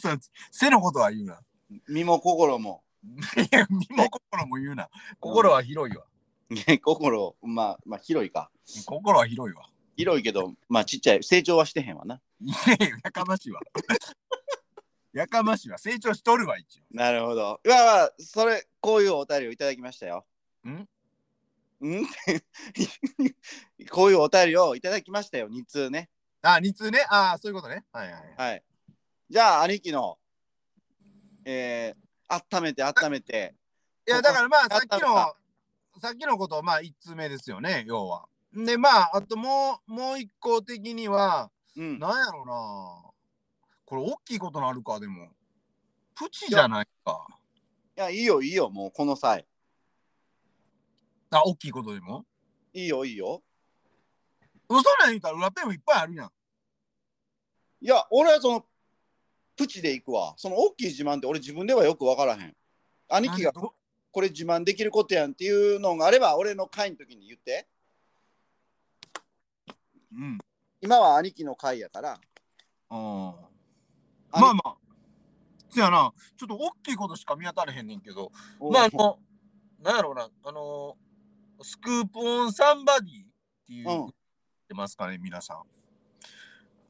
そう背のことは言うな。
身も心も [LAUGHS]
いや身も心も言うな。心は広いわ。
ね心まあまあ広いか
心は広いわ。
広いけどまあちっちゃい成長はしてへんわない
やい [LAUGHS] ややかましいわ。 [LAUGHS] やかましいわ。成長しとるわ一応。
なるほどまあまあそれこういうお便りをいただきましたよ
ん
ん [LAUGHS] ってこういうお便りをいただきましたよ2通ね
あ、二通ね。ああ、そういうことね。はいはい。
はい。じゃあ、兄貴の、えー、温めて、温めて。
いや、だからまあ、
あ
さ
っ
った
あっ
きの、さっきのこと、まあ、一通目ですよね、要は。で、まあ、あともう、もう一個的には、
うん。
なんやろな。これ、大きいことなるか、でも。プチじゃないか。
いや、いいよ、いいよ、もう、この際。
あ、大きいことでも。
いいよ、いいよ。
うそなん言うたら裏ペンもいっぱいあるやん。
いや、俺はその、プチで行くわ。その大きい自慢って俺自分ではよく分からへん。兄貴が
なんでど
これ自慢できることやんっていうのがあれば、俺の会の時に言って。
うん。
今は兄貴の会やから。あ
ああ。まあまあ。そやな、ちょっと大きいことしか見当たれへんねんけど、まああの、なんやろうな、あのー、スクープオンサンバディっていう、
うん
言ってますかね、皆さん。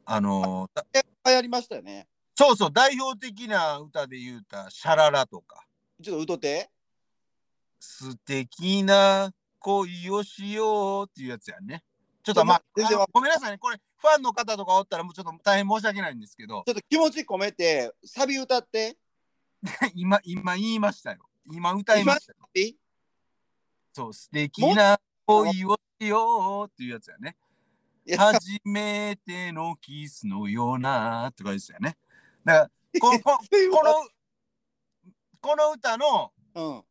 あのー、だ
あ、やりましたよね。
そうそう、代表的な歌で言うた、シャララとか、
ちょっとうとて。
素敵な恋をしようっていうやつやね。ちょっとまあ、
全然わ
あのごめんなさいね、これ、ファンの方とかおったら、もうちょっと大変申し訳ないんですけど、 [LAUGHS]
ちょっと気持ち込めて、サビ歌って。
今、今言いましたよ。今歌いましたよ。
いい
そう、素敵な恋をしようっていうやつやね。
いや
初めてのキスのようなとかですよね。だから、こここの、この歌の、
うん。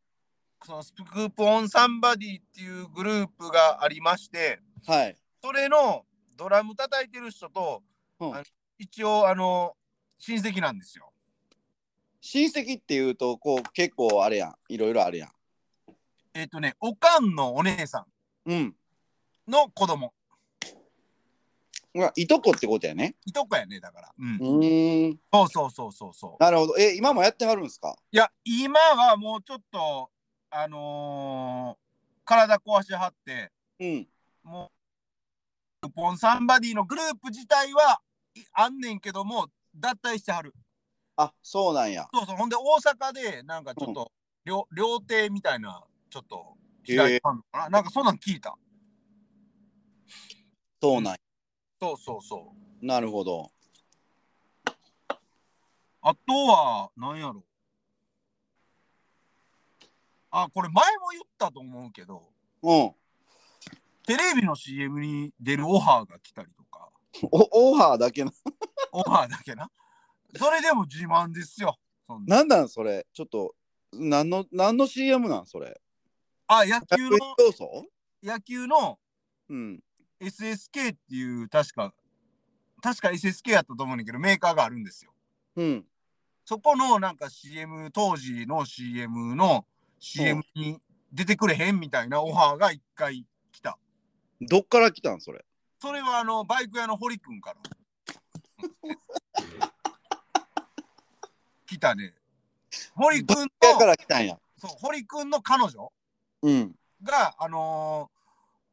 そのスクープオンサンバディっていうグループがありまして、
はい。
それのドラム叩いてる人と、
うん
あの一応、あの、親戚なんですよ。
親戚っていうと、こう、結構あれやん。いろいろあるやん。
えっ、とね、おかんのお姉さ
うん。
んの子供。
うわいとこってことやね。
いとこやね、だから。うん。
うーん。
そうそうそうそうそう。
なるほど。え、今もやってはるんですか
いや、今はもうちょっと、あのー体壊しはって、
うん。
もう、クポンサンバディのグループ自体はいあんねんけども、脱退してはる。
あ、そうなんや。
そうそう、ほんで大阪で、なんかちょっと、料料亭みたいな、ちょっと、
へえ
開いたのかな、なんかそんなん聞いた。
そうなんや。
そうそうそう。
なるほど。
あとは、なんやろ。あ、これ前も言ったと思うけど、
うん。
テレビの CM に出るオファーが来たりとか、
おオーハーだけな。
オファーだけな。それでも自慢ですよ。そんな
なんなんそれ。ちょっと、なんの、なんの CM なんそれ。
あ、野球の、
要素
野球の
うん。
SSK っていう、確か、確か SSK やったと思うんだけど、メーカーがあるんですよ。
うん。
そこのなんか CM、当時の CM の CM に出てくれへんみたいなオファーが一回来た。
どっから来たんそれ。
それはあの、バイク屋の堀くんから。来たね。堀くん
だか
と、
ら来たんや。
そう、堀くんの彼女
うん。
が、あのー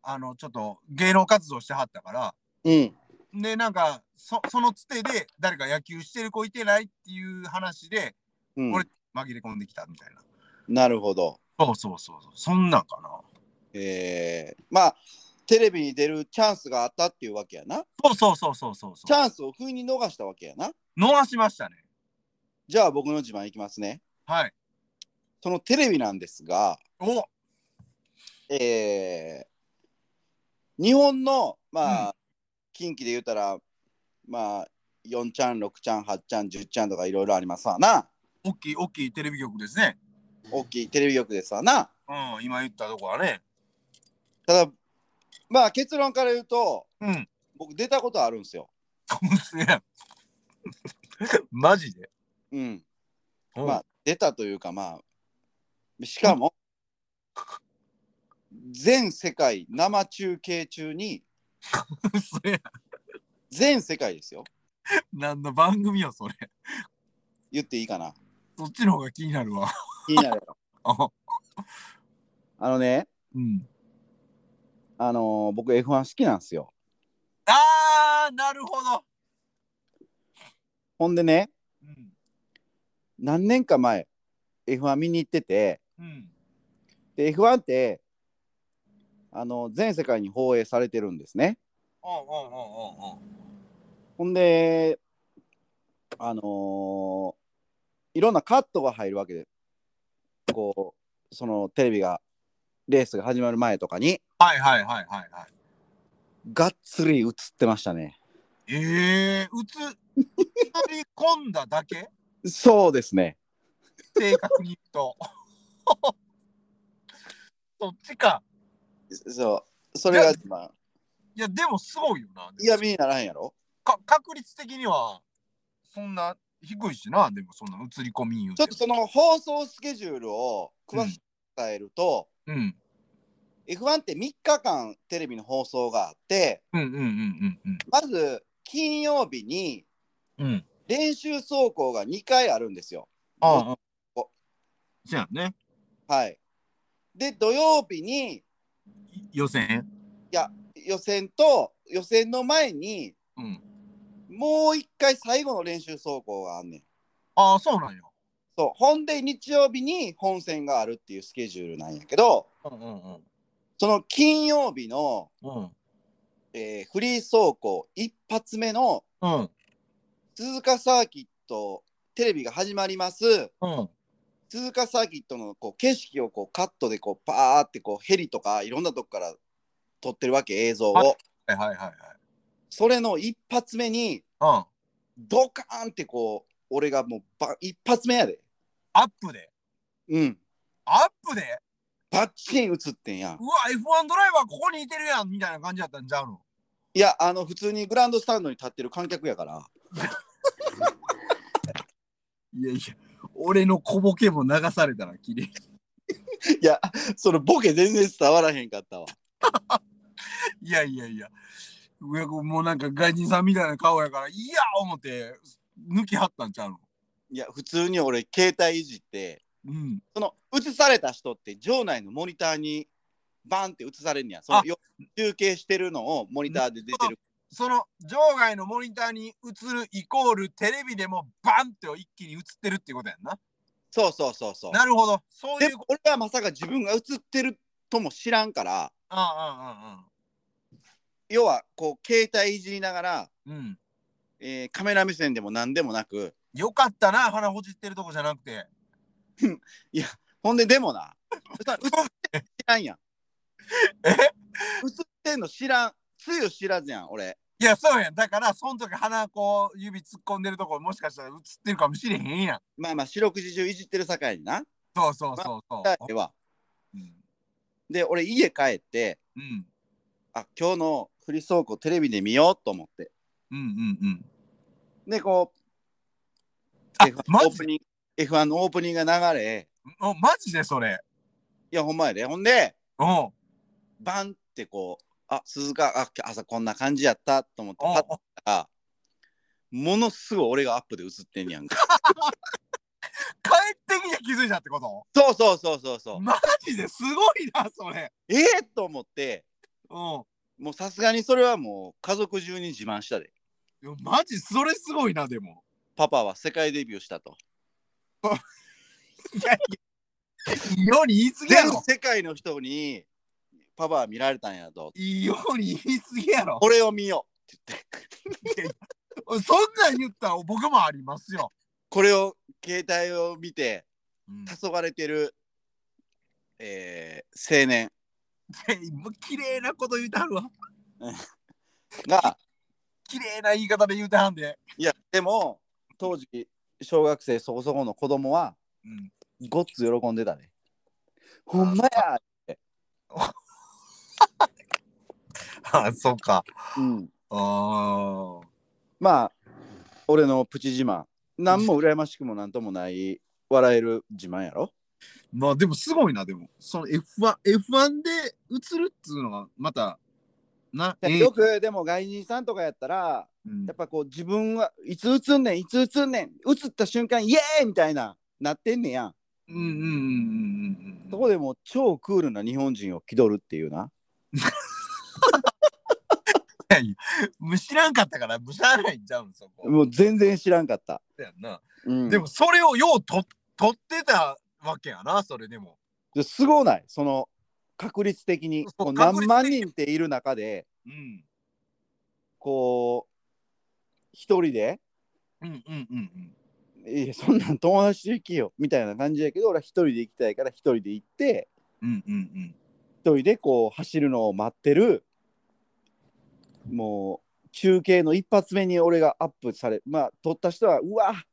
あの、ちょっと芸能活動してはったから、
うん。
で、なんか、そそのつてで、誰か野球してる子いてないっていう話で、
うん、
俺紛れ込んできたみたいな。
なるほど。
そうそうそうそう、そんなんかな。
えー、まあテレビに出るチャンスがあったっていうわけやな。
そうそうそうそうそう
チ
そう。
ャンスを不意に逃したわけやな。
逃しましたね。
じゃあ僕の自慢いきますね。
はい。
そのテレビなんですが、
お
えー、日本のまあ、近畿で言うたらまあ4ちゃん6ちゃん8ちゃん10ちゃんとかいろいろありますわな。
大きい大きいテレビ局ですね。
大きいテレビ局ですわな。
うん、今言ったとこはね。
ただまあ結論から言うと
うん。 [LAUGHS]
僕出たことあるんですよ。
すげえ。マジで。
うん。
うん
まあ、出たというかまあしかも全世界生中継中に
嘘やん。 [LAUGHS]
全世界ですよ
何の番組よ、それ。
言っていいかな
そっちの方が気になるわ。 [LAUGHS]
気になるやろ
あ
[LAUGHS] あのね
うん。
あのー僕 F1 好きなんですよ
あー、なるほど。
ほんでね
うん。
何年か前 F1 見に行ってて
うん。
で F1 ってあの全世界に放映されてるんですね
おうおうおうおうおう。
ほんであのーいろんなカットが入るわけでこうそのテレビがレースが始まる前とかに
はいはいはいはいはい。
がっつり映ってましたね
ええー、うつ、作り込んだだ [LAUGHS] け
そうですね
正確に言うと。 [LAUGHS] そっちか。
そうそれが
じ
今
いや、でもすごいよな。
嫌味にならへんやろ
か確率的には、そんな低いしな、でもそんな映り込み言う
ちょ
て
っとその放送スケジュールを詳しく伝えると、
うん。
F1 って3日間テレビの放送があって
うんうんうんうん
まず金曜日に
うん。うん。
練習走行が2回あるんですよ。
ああ。
お
そうやね。
はい、で土曜日に
い予選。
予選と予選の前に
うん。
もう1回最後の練習走行があんねん。
ああ、そうなんや。
そうほんで日曜日に本戦があるっていうスケジュールなんやけど
うんうんうん。
その金曜日の、
うん。
えーフリー走行一発目の
うん。
鈴鹿サーキットテレビが始まります
うん。
鈴鹿サーキットのこう景色をこうカットでこうパーってこうヘリとかいろんなとこから撮ってるわけ映像
は
を
はいはいはい
それの一発目に
はい。うん。
ドカーンってこう俺がもうば一発目やで
アップで。
うん
アップで
バッチン映ってんやん
うわ、F1 ドライバーここにいてるやんみたいな感じだったんちゃうの
いやあの普通にグランドスタンドに立ってる観客やから
いやいや、俺の小ボケも流されたら綺麗。
いやそのボケ全然伝わらへんかったわ
[LAUGHS] いやいやいや。うやもうなんか外人さんみたいな顔やから、いや思って、抜きはったんちゃうの
いや普通に俺携帯いじって
うん。
その映された人って場内のモニターにバンって映されるんねやその
あ
よ中継してるのをモニターで出てる
その場外のモニターに映るイコールテレビでもバンって一気に映ってるってことやんな。
そうそうそうそう
なるほど。そう
で
いう
も
こ
俺はまさか自分が映ってるとも知らんから
と。あ
要はこう携帯いじりながら、
うんうんうんうん。
えーカメラ目線でも何でもなく
よかったな、鼻ほじってるとこじゃなくて。
ほんででもな映ってんの知らんやん
え
映ってんの知らんつゆ知らずやん俺
いや、そうやん。だから、その時鼻こう、指突っ込んでるとこもしかしたら映ってるかもしれへんやん。
まあまあ四六時中いじってる境にな
そうそうそうそう。
では
うん。
で俺家帰って
うん。
あ今日のフリー走行テレビで見ようと思って
うんうんうん。
でこう
あ
F1、
マ
オー
ジ
プ
で
ニング F1 のオープニングが流れ
おマジでそれ。
いやほんまやでほんで
うん。
バンってこうあ鈴鹿あ今日朝こんな感じやったと思ってパッ
お
て見たらものすごい俺がアップで映ってんねやんか [LAUGHS]
帰ってきて気づいたってこ
そうそうそうそうそ
と
う
マジですごいな、それ。
ええと思って
うん。
もうさすがにそれはもう家族中に自慢したで
いやマジそれすごいなでも。
パパは世界デビューしたと
いいように言い過ぎや
全
ろ。
世界の人にパパは見られたんやと
いいように言い過ぎやろ。
俺を見ようって言って
そんなん言ったら僕もありますよ。
これを携帯を見て
うん、 [LAUGHS]
黄昏れてる、えー青年
綺麗なこと言うてはるわ。
が
綺麗な言い方で言うてはんで。
いやでも当時小学生そこそこの子供は
うん、
ごっつ喜んでたね。ほんまや、
あ、そうか。
うん、
ああ。
まあ俺のプチ自慢何も羨ましくもなんともない笑える自慢やろ
まあでもすごいな、でも。その F1、F1 で映るっつうのがまた、な、ええ
よくでも外人さんとかやったら
うん
やっぱこう自分はいつ映んねんいつ映んねん映った瞬間イエーイみたいななってんねやん
うんうんうんうんうんうん。
そこでもう超クールな日本人を気取るっていうな
む知らんかったから、むしゃらないんちゃうんそこ。
もう全然知らんかった。
だよな。
うん
でもそれをようと取ってたわけやな、それでも。
ですごないその確率的に
そう
こう
確率
何
的
万人っている中で
うん。
こう一人で
うんうんうん
「
うん。
いやそんなん友達と行きよ」みたいな感じやけど俺は一人で行きたいから一人で行って
うんうんうん。
一人でこう走るのを待ってるもう中継の一発目に俺がアップされまあ撮った人はうわ [LAUGHS]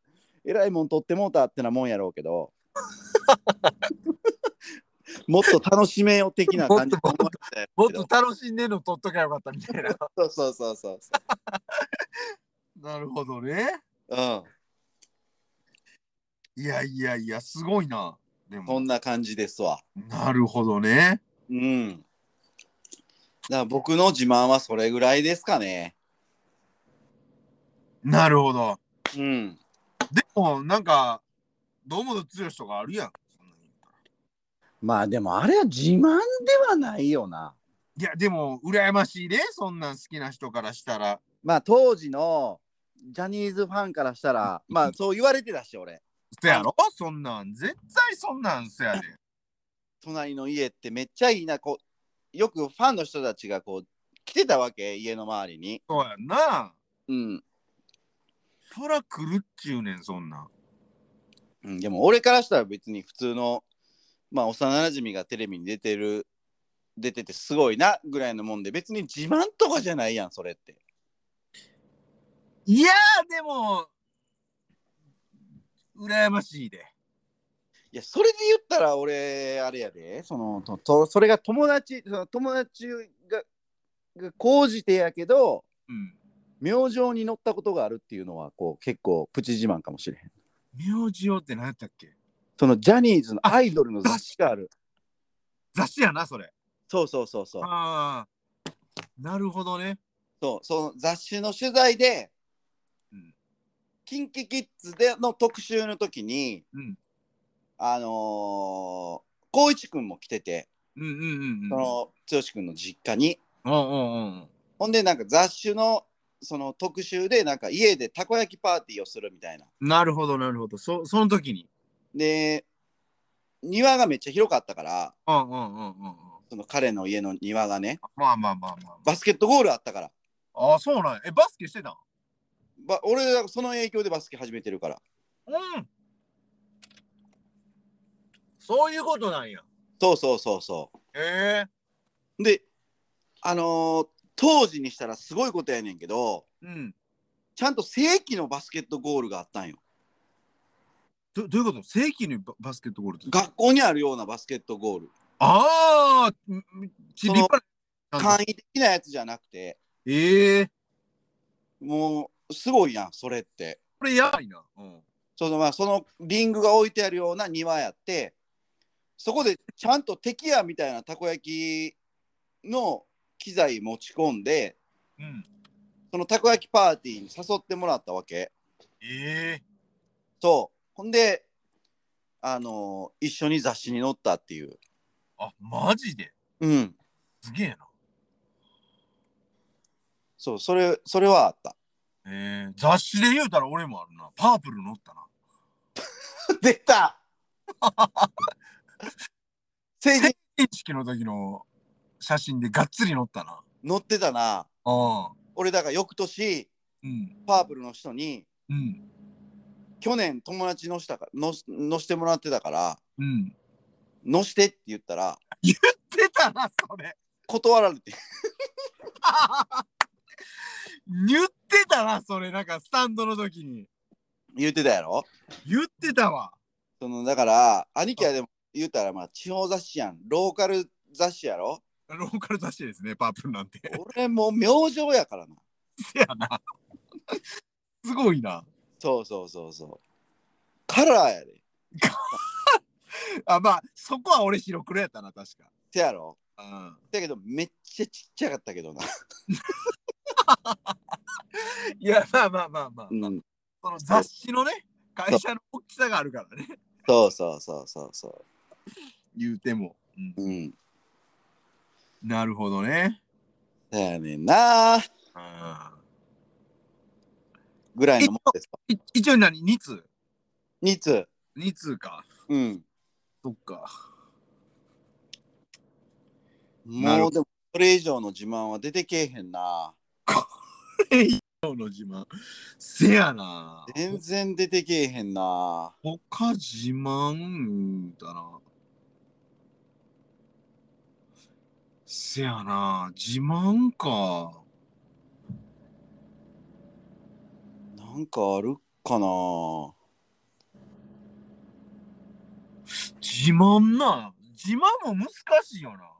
えらいもん撮ってもうたってなもんやろうけどもっと楽しめよ的な感じ
もっと
思いましたけど
もっと楽しんでんの撮っときゃよかった
[LAUGHS]
みたいな。
そうそうそうそうそ
なるほどね。
う、うん、
いやいやいや、すごいな。で
そ
も、
んな感じですわ
なるほどね。
うんだから僕の自慢はそれぐらいですかね
なるほど。
うん
でも、なんか、堂本剛とかあるやん。そんなに
まあでもあれは自慢ではないよない
や、でも、羨ましいね。そんなん好きな人からしたら。
まあ当時のジャニーズファンからしたらまあそう言われてたし俺
そやろそんなん、絶対そんなんそやで。
隣の家ってめっちゃいいなこうよくファンの人たちがこう来てたわけ家の周りに
そうやんな。
うん、
そら来るっちゅうねん、そんなん。
うん、でも俺からしたら別に普通のまあ幼なじみがテレビに出てる出ててすごいなぐらいのもんで別に自慢とかじゃないやんそれって
いやー、でも、羨ましいで。
いやそれで言ったら俺あれやでそのととそれが友達その友達がが講じてやけど
うん。
明星に乗ったことがあるっていうのはこう結構プチ自慢かもしれへん
名字をって何やったっけ
そのジャニーズのアイドルの雑誌がある
雑誌やな、それ。
そうそうそうそう
ああ、なるほどね。
そうその雑誌の取材で、
うん
キンキキッズでの特集の時に
うん。
あのー、光一くんも来てて、
うんうんうんうん。
その剛くんの実家に
うんうんうん
ほんでなんか雑誌のその特集でなんか家でたこ焼きパーティーをするみたいな
うん。なるほど、なるほど。そその時に。
で庭がめっちゃ広かったから
うんうんうんうんうん。
その彼の家の庭がね
まあまあまあまあ、ま
バスケットゴールあったから
あ。ああ、そうなんやえ、バスケしてたん
ば俺らその影響でバスケ始めてるから
うん。そういうことなんや。
そうそうそうそ
ええ
うであのー当時にしたらすごいことやねんけど
うん。
ちゃんと正規のバスケットゴールがあったんよ
どどういうこと正規にババスケットゴールって。
学校にあるようなバスケットゴール
ああち
その
立派な
簡易的なやつじゃなくて
ええ
もうすごいやんそれって
これやばいな。うん。
そのまあそのリングが置いてあるような庭やってそこでちゃんと敵やみたいなたこ焼きの機材持ち込んで
うん。
そのたこ焼きパーティーに誘ってもらったわけ
ええ
そうほんであのー一緒に雑誌に載ったっていう
あ、マジで
うん
すげえな。
そうそれそれはあった [LAUGHS]
えー、雑誌で言うたら俺もあるな。パープル乗ったな。
出た [LAUGHS] 成人
成人式の時の写真でがっつり乗ったな。
載ってたな
ああ。
俺だから翌年
うん。
パープルの人に
うん。
去年友達のしたかののしてもらってたから
うん。
のしてって言ったら
出たな、それ。
断られて [LAUGHS]
言ってたな、それ。なんかスタンドの時に。
言ってたやろ
言ってたわ。
そのだから兄貴はでも言ったらまあ地方雑誌やんローカル雑誌やろ
ローカル雑誌ですね、パープルなんて。 [LAUGHS]
俺もう明星やからな
せやな。すごいな。
そうそうそうそうカラーやで
あ、まあ、そこは俺白黒やったな、確か。
せやろ
うん。
だけどめっちゃちっちゃかったけどな、
いや、まあまあまあまあ。
うん、
その雑誌のね、会社の大きさがあるからね。
そうそうそうそうそ
言うても。うん
ううん
なるほどね。
だやねんなぐらいのもんですわ
い一応何 ?2 通
2通
?2 通か。
うん
そっか。な
も
るほ
うでもそれ以上の自慢は出てけえへんな
今日の自慢。せやな。
全然出てけえへんな
他自慢だな。せやな。自慢か。
なんかあるかな
自慢な。自慢も難しいよな。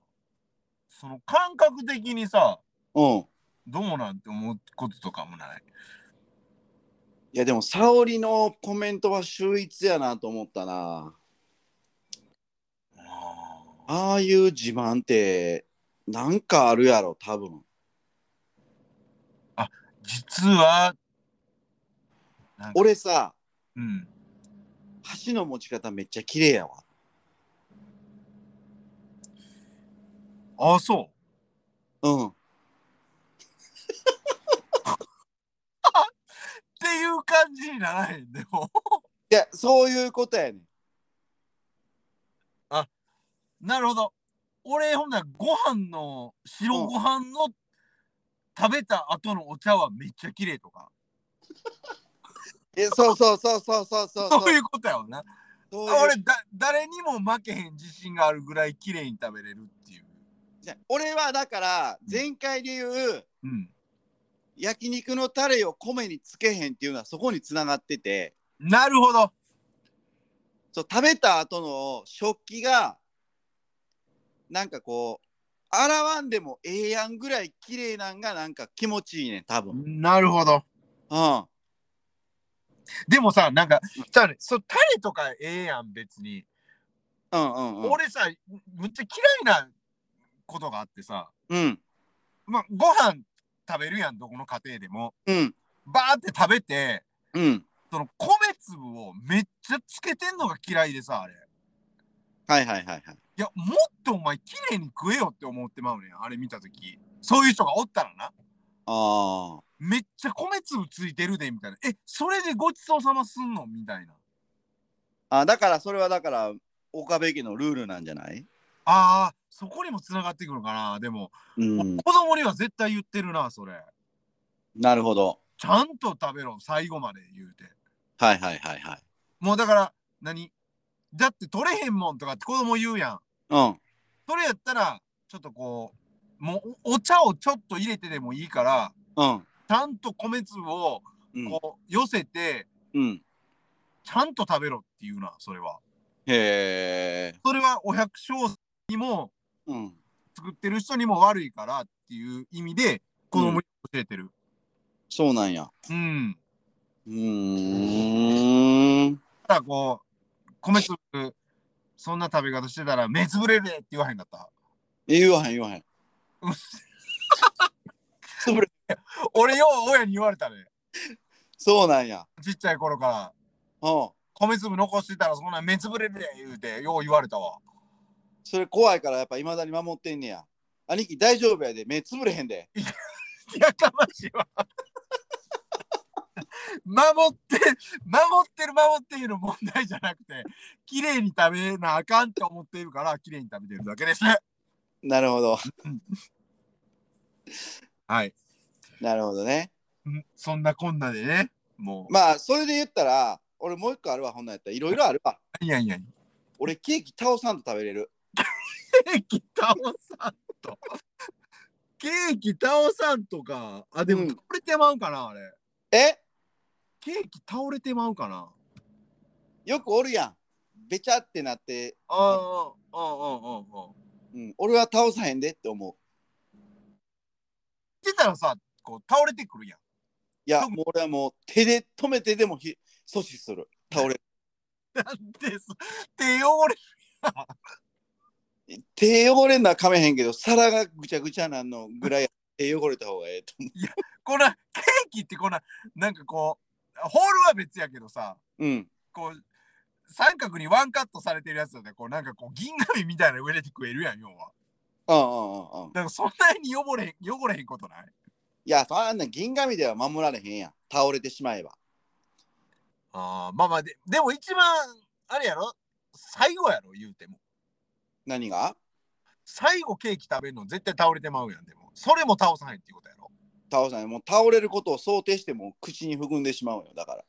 その感覚的にさ、
うん。
どうなんて思うこととかもない。
いやでも沙織のコメントは秀逸やなと思ったな。
あー
ああいう自慢ってなんかあるやろ多分。
実は、なんか
俺さ
うん。
箸の持ち方めっちゃ綺麗やわ。
ああ、そう。
うん。
っていう感じにならへんでも
いやそういうことやねん。
なるほど俺ほんならご飯の白ご飯の食べた後のお茶はめっちゃ綺麗とか
えそうそうそうそうそうそう
そ
う。
ういうことやろな
そういう
俺だ誰にも負けへん自信があるぐらい綺麗に食べれるっていう
じゃ俺はだから前回で言う
うん
焼肉のタレを米につけへんっていうのはそこにつながってて
なるほど
そう食べた後の食器がなんかこう洗わんでもええやんぐらい綺麗なんがなんか気持ちいいねん多分。うん。
なるほど
あ
でもさなんかじゃあねそうタレとかええやん別に、
うんうんうん。
俺さむっちゃ嫌いなことがあってさ
うん
まあご飯食べるやんどこの家庭でも
うん
バーって食べて
うん。
その米粒をめっちゃつけてんのが嫌いでさ、あれ。い
はいはいはいはい。
や、もっとお前綺麗に食えよって思ってまうねん、あれ見たとき。そういう人がおったらな。
ああ。
めっちゃ米粒ついてるで、みたいな。え、それでごちそうさますんのみたいな。
あだからそれはだから岡部家のルールなんじゃない
あー、そこにも繋がってくるかな。でも、
うん。
子供には絶対言ってるな、それ。
なるほど。
ちゃんと食べろ、最後まで言うて。
はいはいはいはい。
もうだから、何だって取れへんもんとかって子供言うやん。
うん。
それやったら、ちょっとこう、もうおお茶をちょっと入れてでもいいから、
うん。
ちゃんと米粒を
うん。
こう寄せて、
うん、
ちゃんと食べろっていうな、それは。
へえ。
それはお百姓にも
うん。
作ってる人にも悪いからっていう意味で子供に教えてる。
そうなんや。
うん。
うーん。
ただこう、米粒、そんな食べ方してたら目つぶれるでって言わへんかった。
言わへん言わへん。
うん
それ
俺よう親に言われたね。
そうなんや。
ちっちゃい頃から。
うん。
米粒残してたらそんな目つぶれるで言うてよう言われたわ。
それ怖いからやっぱいまだに守ってんねや。兄貴大丈夫やで。目つぶれへんで。
やかましいわ。守って、守ってる守っているの問題じゃなくて、綺麗に食べなあかんって思っているから、綺麗に食べてるだけです。
なるほど。
はい。
なるほどね。
んそんなこんなでね、もう、
まあそれで言ったら、俺もう一個あるわ、ほんなんやったら。いろいろあるわ。
いやいや、
俺ケーキ倒さんと食べれる。
ケーキ倒さんと。ケーキ倒さんとか、あ、で
う
も
ん
倒れてまうかな、あれ。
え
ケーキ倒れてまうかな。
よくおるやん。べちゃってなって、
ああ、ああ、ああ、ああ。
うん、俺は倒さへんでって思う。
ってたらさ、こう、倒れてくるやん。
いや、
どこ
もう俺はもう手で止めてでもひ阻止する。倒れる。
なんです。手汚れ
手汚れんなかめへんけど、皿がぐちゃぐちゃなんのぐらい手汚れた方がええと思
こんなケーキってこんななんかこうホールは別やけどさ
う。うん。
こう三角にワンカットされてるやつだねこうなんかこう銀紙みたいなの上で食えるやん要は
うんうんうんうん。
なんかそんなに汚れへん汚れへんことない
いや、そんな銀紙では守られへんやん。倒れてしまえば。
あーまあまあででも一番あれやろ最後やろ言うても
何が
最後ケーキ食べるの絶対倒れてまうやんでもそれも倒さないっていうことやろ
倒さない。もう倒れることを想定してもう口に含んでしまうよ。だから。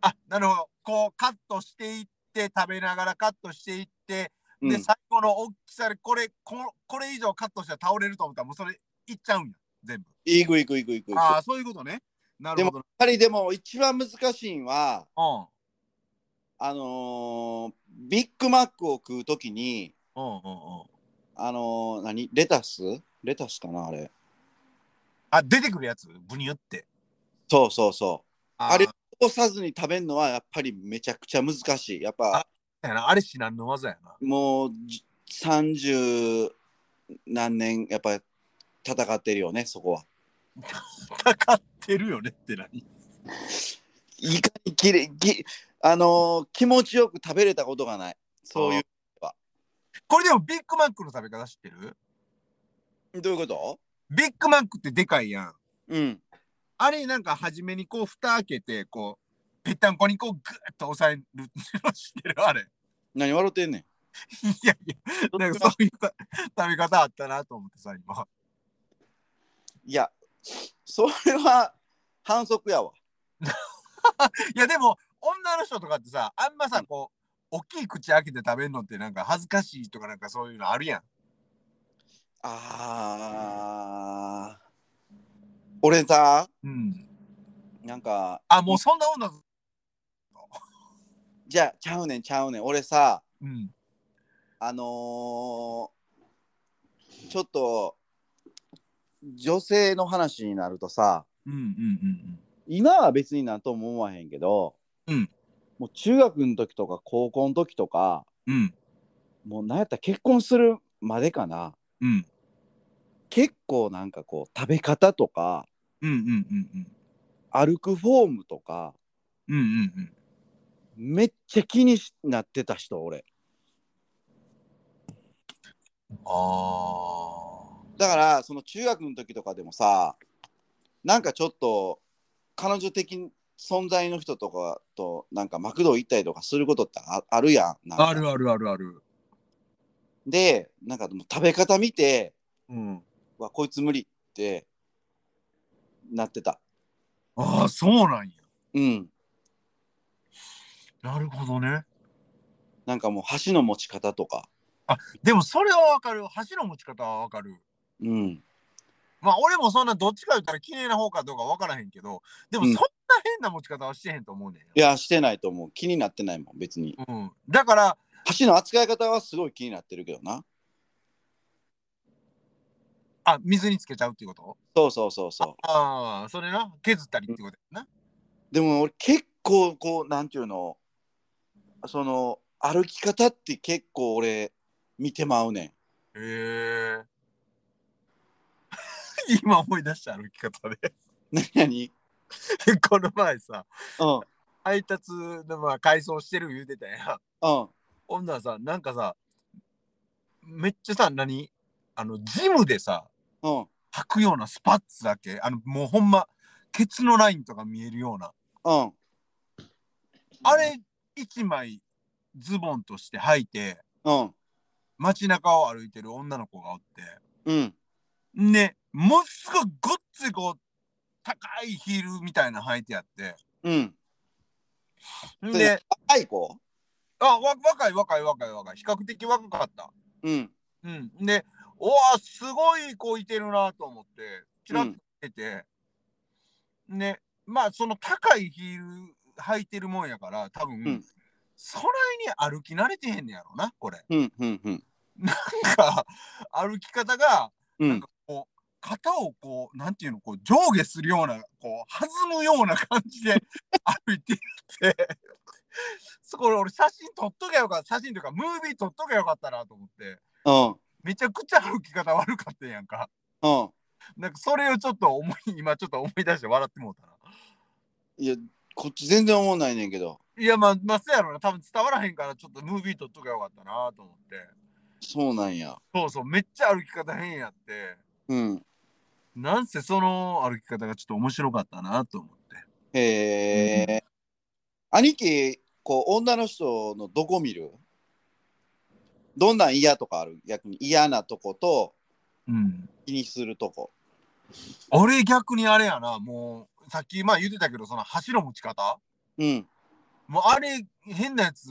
あなるほどこうカットしていって食べながらカットしていって
うん
で、最後の大きさでこれこ、これ以上カットしたら倒れると思ったら、もうそれいっちゃうんや、全部。
いくいくいくいく。
あ
やっ
あ、そういうことね。なるほど。
ぱりでも一番難しいんは、
うん。
あのービッグマックを食うときに、
うんうんうん。
あのー何レタスレタスかなあれ。
あ、出てくるやつ、ブニュって。
そうそうそう。
あー
あれ起こさずに食べるのはやっぱりめちゃくちゃ難しい。やっぱ
やなあれ至難の技やな。
もうじ30何年やっぱ戦ってるよねそこは。
戦ってるよねって何
いかにきれきあのー気持ちよく食べれたことがない。そうい
これでもビッグマックの食べ方知ってる
うどういうこと？
ビッグマックってでかいやん。
うん
あれなんか初めにこう蓋開けてこうぺったんこにこうグーッと押さえるの知ってるあれ。 [LAUGHS]
何笑ってんねん。
いやいや、なんかそういうた食べ方あったなと思ってさ今。
いやそれは反則やわ。
いやでも女の人とかってさあんまさこう大きい口開けて食べるのってなんか恥ずかしいとかなんかそういうのあるやん。
あー俺さ
うん。
なんか
あもうそんな女。
じゃあちゃうねんちゃうねん俺さ
うん。
あのーちょっと女性の話になるとさ
うんうんうん
今は別になんとも思わへんけど、
うん
もう中学の時とか高校の時とか
うん。うん
もうなんやったら結婚するまでかな
うん
結構なんかこう食べ方とか
うんうんうんうん
歩くフォームとか
うんうんうん。
めっちゃ気にしなってた人俺
ああ。
だからその中学の時とかでもさなんかちょっと彼女的存在の人とかとなんかマクド行ったりとかすることってああるやんなんか
あるあるあるある。
でなんかもう食べ方見て
うん。
うわこいつ無理ってなってた
ああ、そうなんや。
うん
なるほどね。
なんかもう箸の持ち方とか
でもそれはわかる。箸の持ち方はわかる。
うん
まあ俺もそんなどっちか言ったら綺麗な方かどうかわからへんけど、でもそ
うんん
な変な持ち方はしてへんと思うねんよ。
いやしてないと思う気になってないもん別に
うん。だから、
箸の扱い方はすごい気になってるけどな
あ、水につけちゃうっていうこと
そうそうそうそう
ああ、それな。削ったりってことやな。
でも俺結構こうなんていうのその歩き方って結構俺見てまうねん
へえ。 [LAUGHS] 今思い出した歩き方で。 [LAUGHS]
[LAUGHS] 何何
この前さ、
うん
配達のまあ改装してる言うてたやん。
うん
女はさなんかさめっちゃさ何あのジムでさ
うん
履くようなスパッツだけあのもうほんまケツのラインとか見えるような
うん
あれ一枚ズボンとして履いて
うん
街中を歩いてる女の子がおって
うん
ねものすごいごっついこう高いヒールみたいなの履いてあって
うん
で
若い子
あわ若い若い若い若い比較的若かった
うん
うんでおわすごい子いてるなと思ってちらっと出て、ねまあその高いヒール履いてるもんやから多分、
ん
そないに歩き慣れてへんねやろなこれ
うんうんうん
なんか歩き方が
うん
こう肩をこうなんていうのこう上下するようなこう弾むような感じで歩いていってそこ俺写真撮っとけばよかった写真というかムービー撮っとけばよかったなと思って
うん
めちゃくちゃ歩き方悪かったやんか
うん
なんかそれをちょっと思い、今ちょっと思い出して笑ってもうたな。
いやこっち全然思わないねんけど
いや、まあ、まあ、そうやろな。多分伝わらへんから、ちょっとムービー撮っとけばよかったなと思って。
そうなんや
そうそう、めっちゃ歩き方変やって。
うん
なんせその歩き方がちょっと面白かったなと思って。
へえ兄貴こう女の人のどこ見るどんなん嫌とかある逆に嫌なとこと
うん。
気にするとこ。
俺逆にあれやな、もう、さっきまあ言ってたけど、その走る持ち方
うん。
もうあれ、変なやつ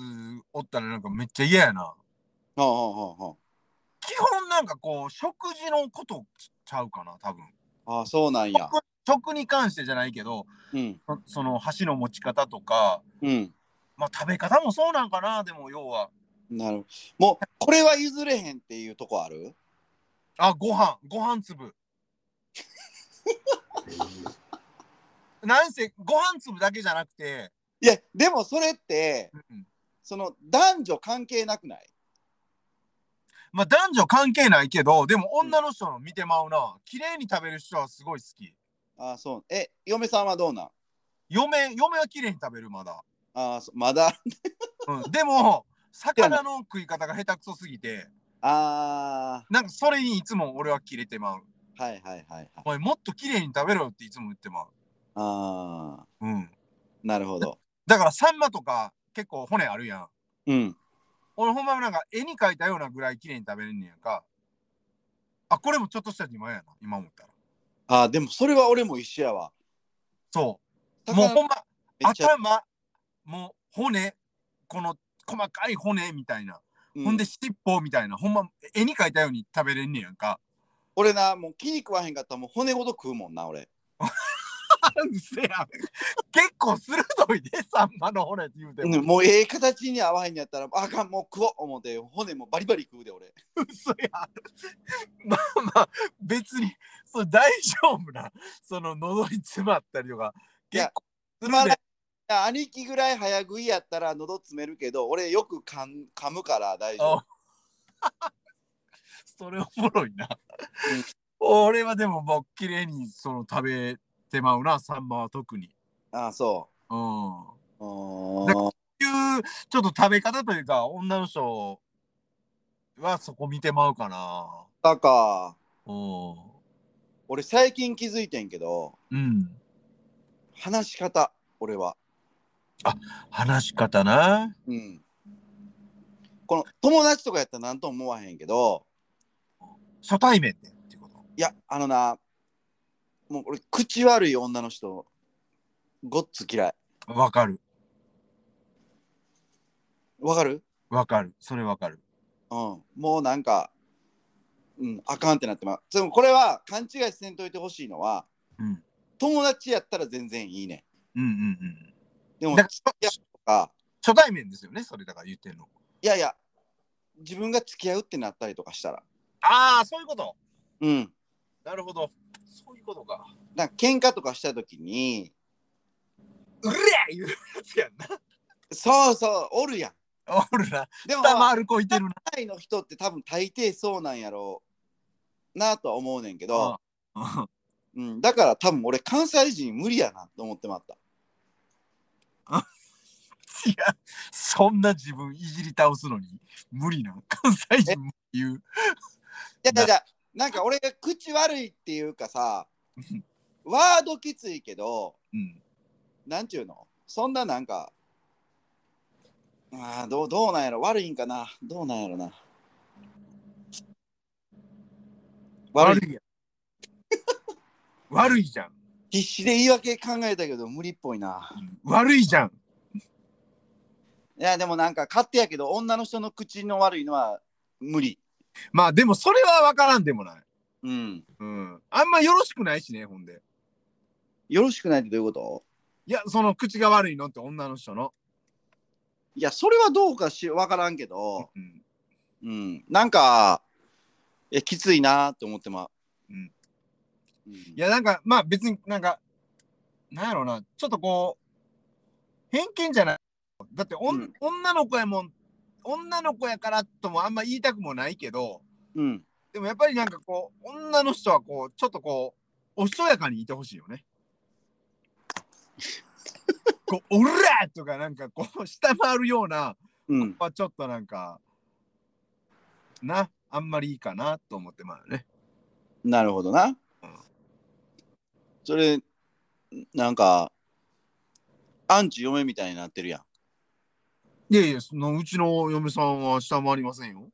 おったらなんかめっちゃ嫌やな。
はあはあはあは
基本なんかこう、食事のことちゃうかな、多分。
あ。ああ、そうなんや。
食食に関してじゃないけど、
うん。
そその箸の持ち方とか、
うん。
まあ食べ方もそうなんかなでも要は
なるもうこれは譲れへんっていうとこある
あご飯ご飯粒なんせご飯粒だけじゃなくて、
いやでもそれって
うん
その男女関係なくない
まあ男女関係ないけどでも女の人の見てまうな綺麗に食べる人はすごい好き
ああそうえ嫁さんはどうなん
嫁嫁は綺麗に食べるまだ、
ああそまだ [LAUGHS]
うん、でも魚の食い方が下手くそすぎて
あ
なんかそれにいつも俺はキレてまう
あはいはいはいはい
お前もっと綺麗に食べろよっていつも言ってまう
ああ
うん
なるほど
だからサンマとか結構骨あるやん
うん
俺ほんまなんか絵に描いたようなぐらい綺麗に食べれんねやんかあこれもちょっとした自慢やな今思ったら
ああでもそれは俺も一緒やわ
そ
だ
う
か
もう
ら
ほんま
めっちゃ
頭もう骨この細かい骨みたいな、
う
ほんで尻尾みたいなほんま絵に描いたように食べれんねや
[LAUGHS]
んか
俺なもう筋肉はへんかったらもう骨ごと食うもんな俺
うせや結構鋭いでサンマの骨って言うても、
うんもうええ形に合わへんやったらあかんもう食おう思って骨もバリバリ食うで俺
嘘や。まあまあ、別に、それ大丈夫な。その、喉に詰まったりとか、
いや
結構する
まあ
で。
兄貴ぐらい早食いやったら喉詰めるけど俺よく噛ん噛むから大丈夫
あ [LAUGHS] それおもろいな。
ん
俺はでも、もう、綺麗に、その、食べてまうな、サンマは特に。
ああそ
うん。っ
う
だ
う
ていう、ちょっと食べ方というか、女の人はそこ見てまうかな。
だか
うん。
俺最近気づいてんけど
うん。
話し方俺は
話し方な。
うんこの友達とかやったら何とも思わへんけど
初対面でっていうこと。
いやあのなもう俺口悪い女の人ごっつ嫌い
わかる。
わかる
わかる。それわかる。
うん、もうなんか、うん、あかんってなってます。でもこれは勘違いせんといてほしいのは、
うん
友達やったら全然いいね
うんうん
ん。で
う
も、
ん。
い
だ
や
からそ
とか、
初対面ですよね、それだから言ってんの。
いやいや、自分が付き合うってなったりとかしたら、
ああ、そういうこと。
うん、
なるほど。そういうことか。
なんか喧嘩とかした時に、
うれえ言うやつやんな。
そうそう、おるやん。
おるな。
でも、
下
まあ
回る子いてるな。 [LAUGHS]
関西の人って多分大抵そうなんやろうなとは思うねんけど、
うん
うん、だから多分俺関西人無理やなと思ってまった。
いや、そんな自分いじり倒すのに無理なん。関西人も言う。
いやいやいや、なんか俺が口悪いっていうかさ、ワードきついけど、
うん。
なんちゅうのそんななんか、あーどうどうなんやろ悪いんかなどうなんやろな悪い
いやん。悪いじゃん。
必死で言い訳考えたけど無理っぽいな。
うん悪いじゃん。
いやでもなんか勝手やけど女の人の口の悪いのは無理。
まあでもそれは分からんでもない。
うん。
うん。あんまよろしくないしね、ほんで。
よろしくないってどういうこと
いや、その口が悪いのって女の人の。
いやそれはどうかしわからんけど、
うん。
うん、なんかいやきついなって思ってまう。
うん
うん、い
いや、なんか、まあ別になんか、なんやろうな、ちょっとこう、偏見じゃない。だっておん、
うん
女の子やもん、女の子やからともあんま言いたくもないけど、
うん、
でもやっぱりなんかこう、女の人はこう、ちょっとこう、おしとやかにいてほしいよね。こう、おらーとかなんかこう、下回るような、
うん、
まあちょっとなんか、な、あんまりいいかなと思ってまあね。
なるほどな。それなんかアンチ嫁みたいになってるやん。
いやいや、そのうちの嫁さんは下回りませんよ。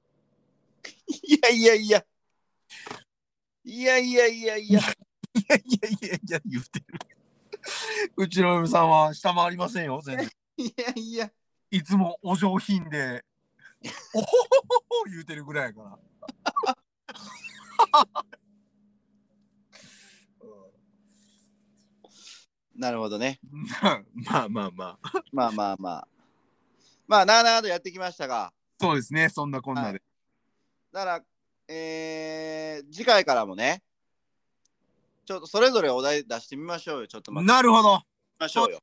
[LAUGHS] いやいやいやいやいやいやいや
[LAUGHS] いやいやいやいや、言ってる。うちの嫁さんは下回りませんよ、全然。
いやいや
いつもお上品で、おほほほほ言うてるぐらいやから。
なるほどね。
まあまあまあまあ。 [LAUGHS]
まあまあまあ。まあ、なあなあとやってきましたが、
そうですね、そんなこんなで。
だから、えー、次回からもね、ちょっとそれぞれお題出してみましょうよ。ちょっと待って
なるほど。
みましょうよ。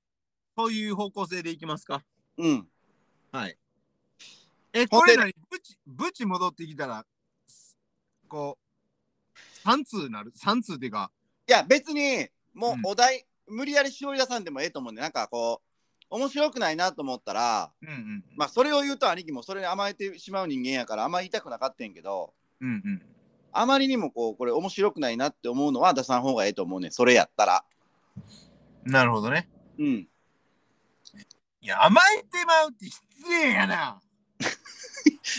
そういう方向性でいきますか。
うん。
え、これ何ブチ、ブチ戻ってきたら、こう、3通なる ?3 通っていうか、
いや、別に、も
うん
うお題、無理やり絞り出さんでもええと思うんで、なんかこう、面白くないなと思ったら、
うんうん。
まあ、それを言うと兄貴もそれに甘えてしまう人間やから、あんまり言いたくなかったんやけど、
うんうん。
あまりにもこう、これ面白くないなって思うのは出さん方がええと思うねん。それやったら。
なるほどね。
うん。
いや、甘えてまうって失礼やな。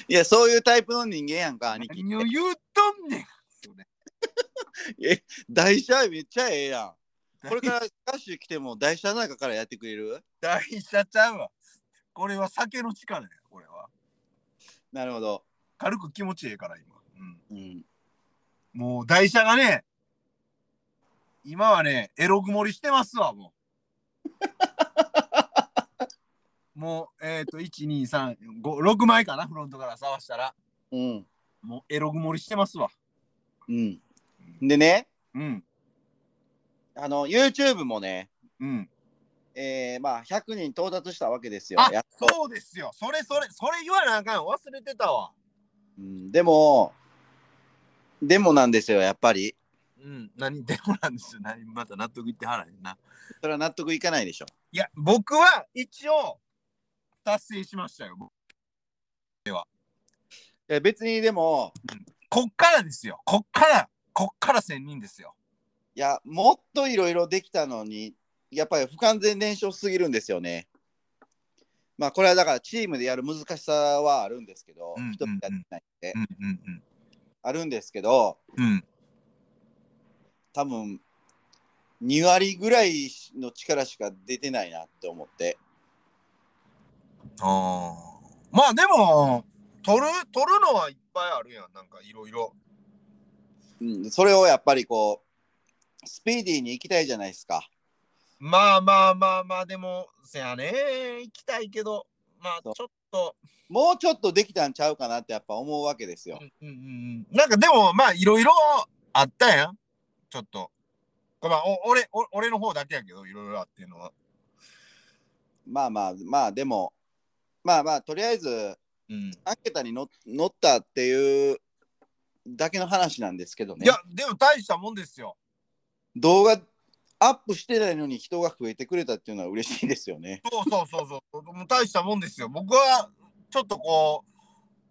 いや、そういうタイプの人間やんか、兄貴。
何を言うとんねん。
え、台車めっちゃええやん。これから歌手来ても台車の中からやってくれる
大社ちゃうわ。これは酒の力や、これは。
なるほど。
軽く気持ちいいから、今。うん。
うん。
もう、台車がね、今はね、エロ曇りしてますわ、もう。もう、えっ、ー、と、1、2、3、5、6枚かな、フロントから探したら。
うん。
もう、エロ曇りしてますわ。
うん。でね、
うん、
あの、YouTube もね、
うん。
えー、まあ、100人到達したわけですよ。
あ
やっ、と。
そうですよ。それそれ、それ言わなあかん。忘れてたわ。
うん、でも、でもなんですよ、やっぱり。
うん、何でもなんですよ。何また納得いってはらへんな。
それは納得いかないでしょ。
いや、僕は一応達成しましたよ。僕
いや別にでも、
こっからですよ。こっから、こっから1000人ですよ。
いや、もっといろいろできたのに、やっぱり不完全燃焼すぎるんですよね。まあ、これはだからチームでやる難しさはあるんですけど、
うんうんうん
一、人やってないんで、
うんうん
あるんですけど、
うん。うん。
多分2割ぐらいの力しか出てないなって思って。
あーまあでも、取る、取るのはいっぱいあるやん。なんかいろいろ。
うん、それをやっぱりこう、スピーディーに行きたいじゃないですか。
まあまあまあまあ、でも、せやね。行きたいけど、まあち
そ
ょ
う
っと、
もうちょっとできたんちゃうかなってやっぱ思うわけですよ
う。んうんうんうん。なんかでも、まあいろいろあったやん。ちょっと。これまあ、お俺お、俺の方だけやけど、いろいろあっていうのは。
まあまあまあ、でも、まあまあ、とりあえず、
うん。
3桁にの乗ったっていうだけの話なんですけどね
いや、でも大したもんですよ。
動画アップしてないのに人が増えてくれたっていうのは嬉しいですよね。 [LAUGHS]
そうそうそうそう。 [LAUGHS] もう大したもんですよ。僕はちょっとこう、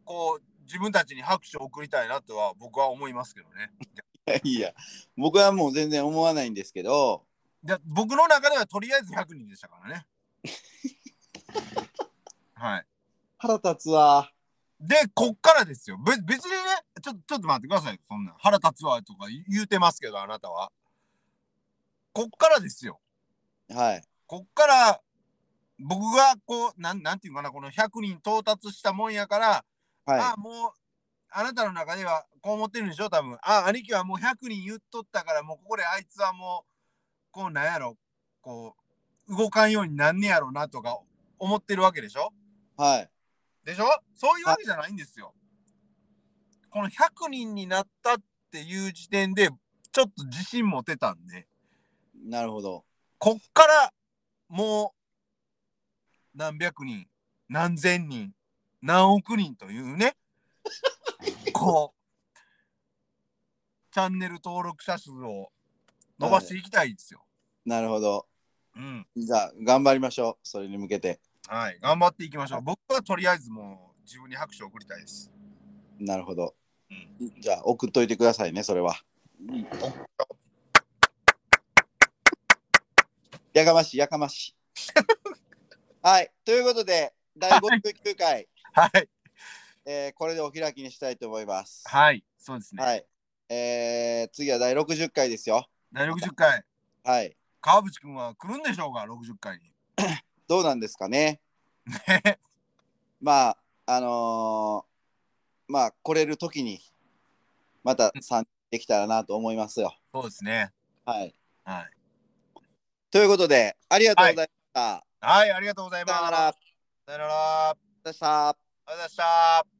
こう自分たちに拍手を送りたいなとは僕は思いますけどね。
いやいや僕はもう全然思わないんですけど
で僕の中ではとりあえず100人でしたからね。 [LAUGHS] はい。
腹立つわ
で、こっからですよ。べ別にね、ちょちょっと待ってください。そんな腹立つわとか言言うてますけど、あなたは。こっからですよ。
はい
こっから僕がこう、なんなんていうかな、この100人到達したもんやから、あ
は
もうあなたの中ではこう思ってるんでしょ多分あ兄貴はもう100人言っとったからもうここであいつはもうこうなんやろこう動かんようになんねやろなとか思ってるわけでしょ
いはい
でしょそういうわけじゃないんですよ。この100人になったっていう時点でちょっと自信持てたんで
なるほど
こっからもう何百人何千人何億人という
[LAUGHS]
ねこうチャンネル登録者数を伸ばしていきたいですよ。
なるほど
うん、
じゃあ頑張りましょうそれに向けて
はい頑張っていきましょう。僕はとりあえずもう自分に拍手を送りたいです。
なるほど、じゃあ送っといてくださいねそれは、やかましいやかま
[LAUGHS]
しいはいということで第59回、
[LAUGHS] はい
えーこれでお開きにしたいと思います。
はいそうですね。
はい。えー次は第60回ですよ。
第60回
はい。
川淵君は来るんでしょうか60回に。 [LAUGHS]
どうなんですかね。
ね
まあ、あのーまあ、来れる時に、また参加できたらなと思いますよ。
そうですね。
はい。
はい
ということで、ありがとうございました。
はいありがとうござい
さよな
ます。
ら。
さよなら。
した。
ありがとうございました。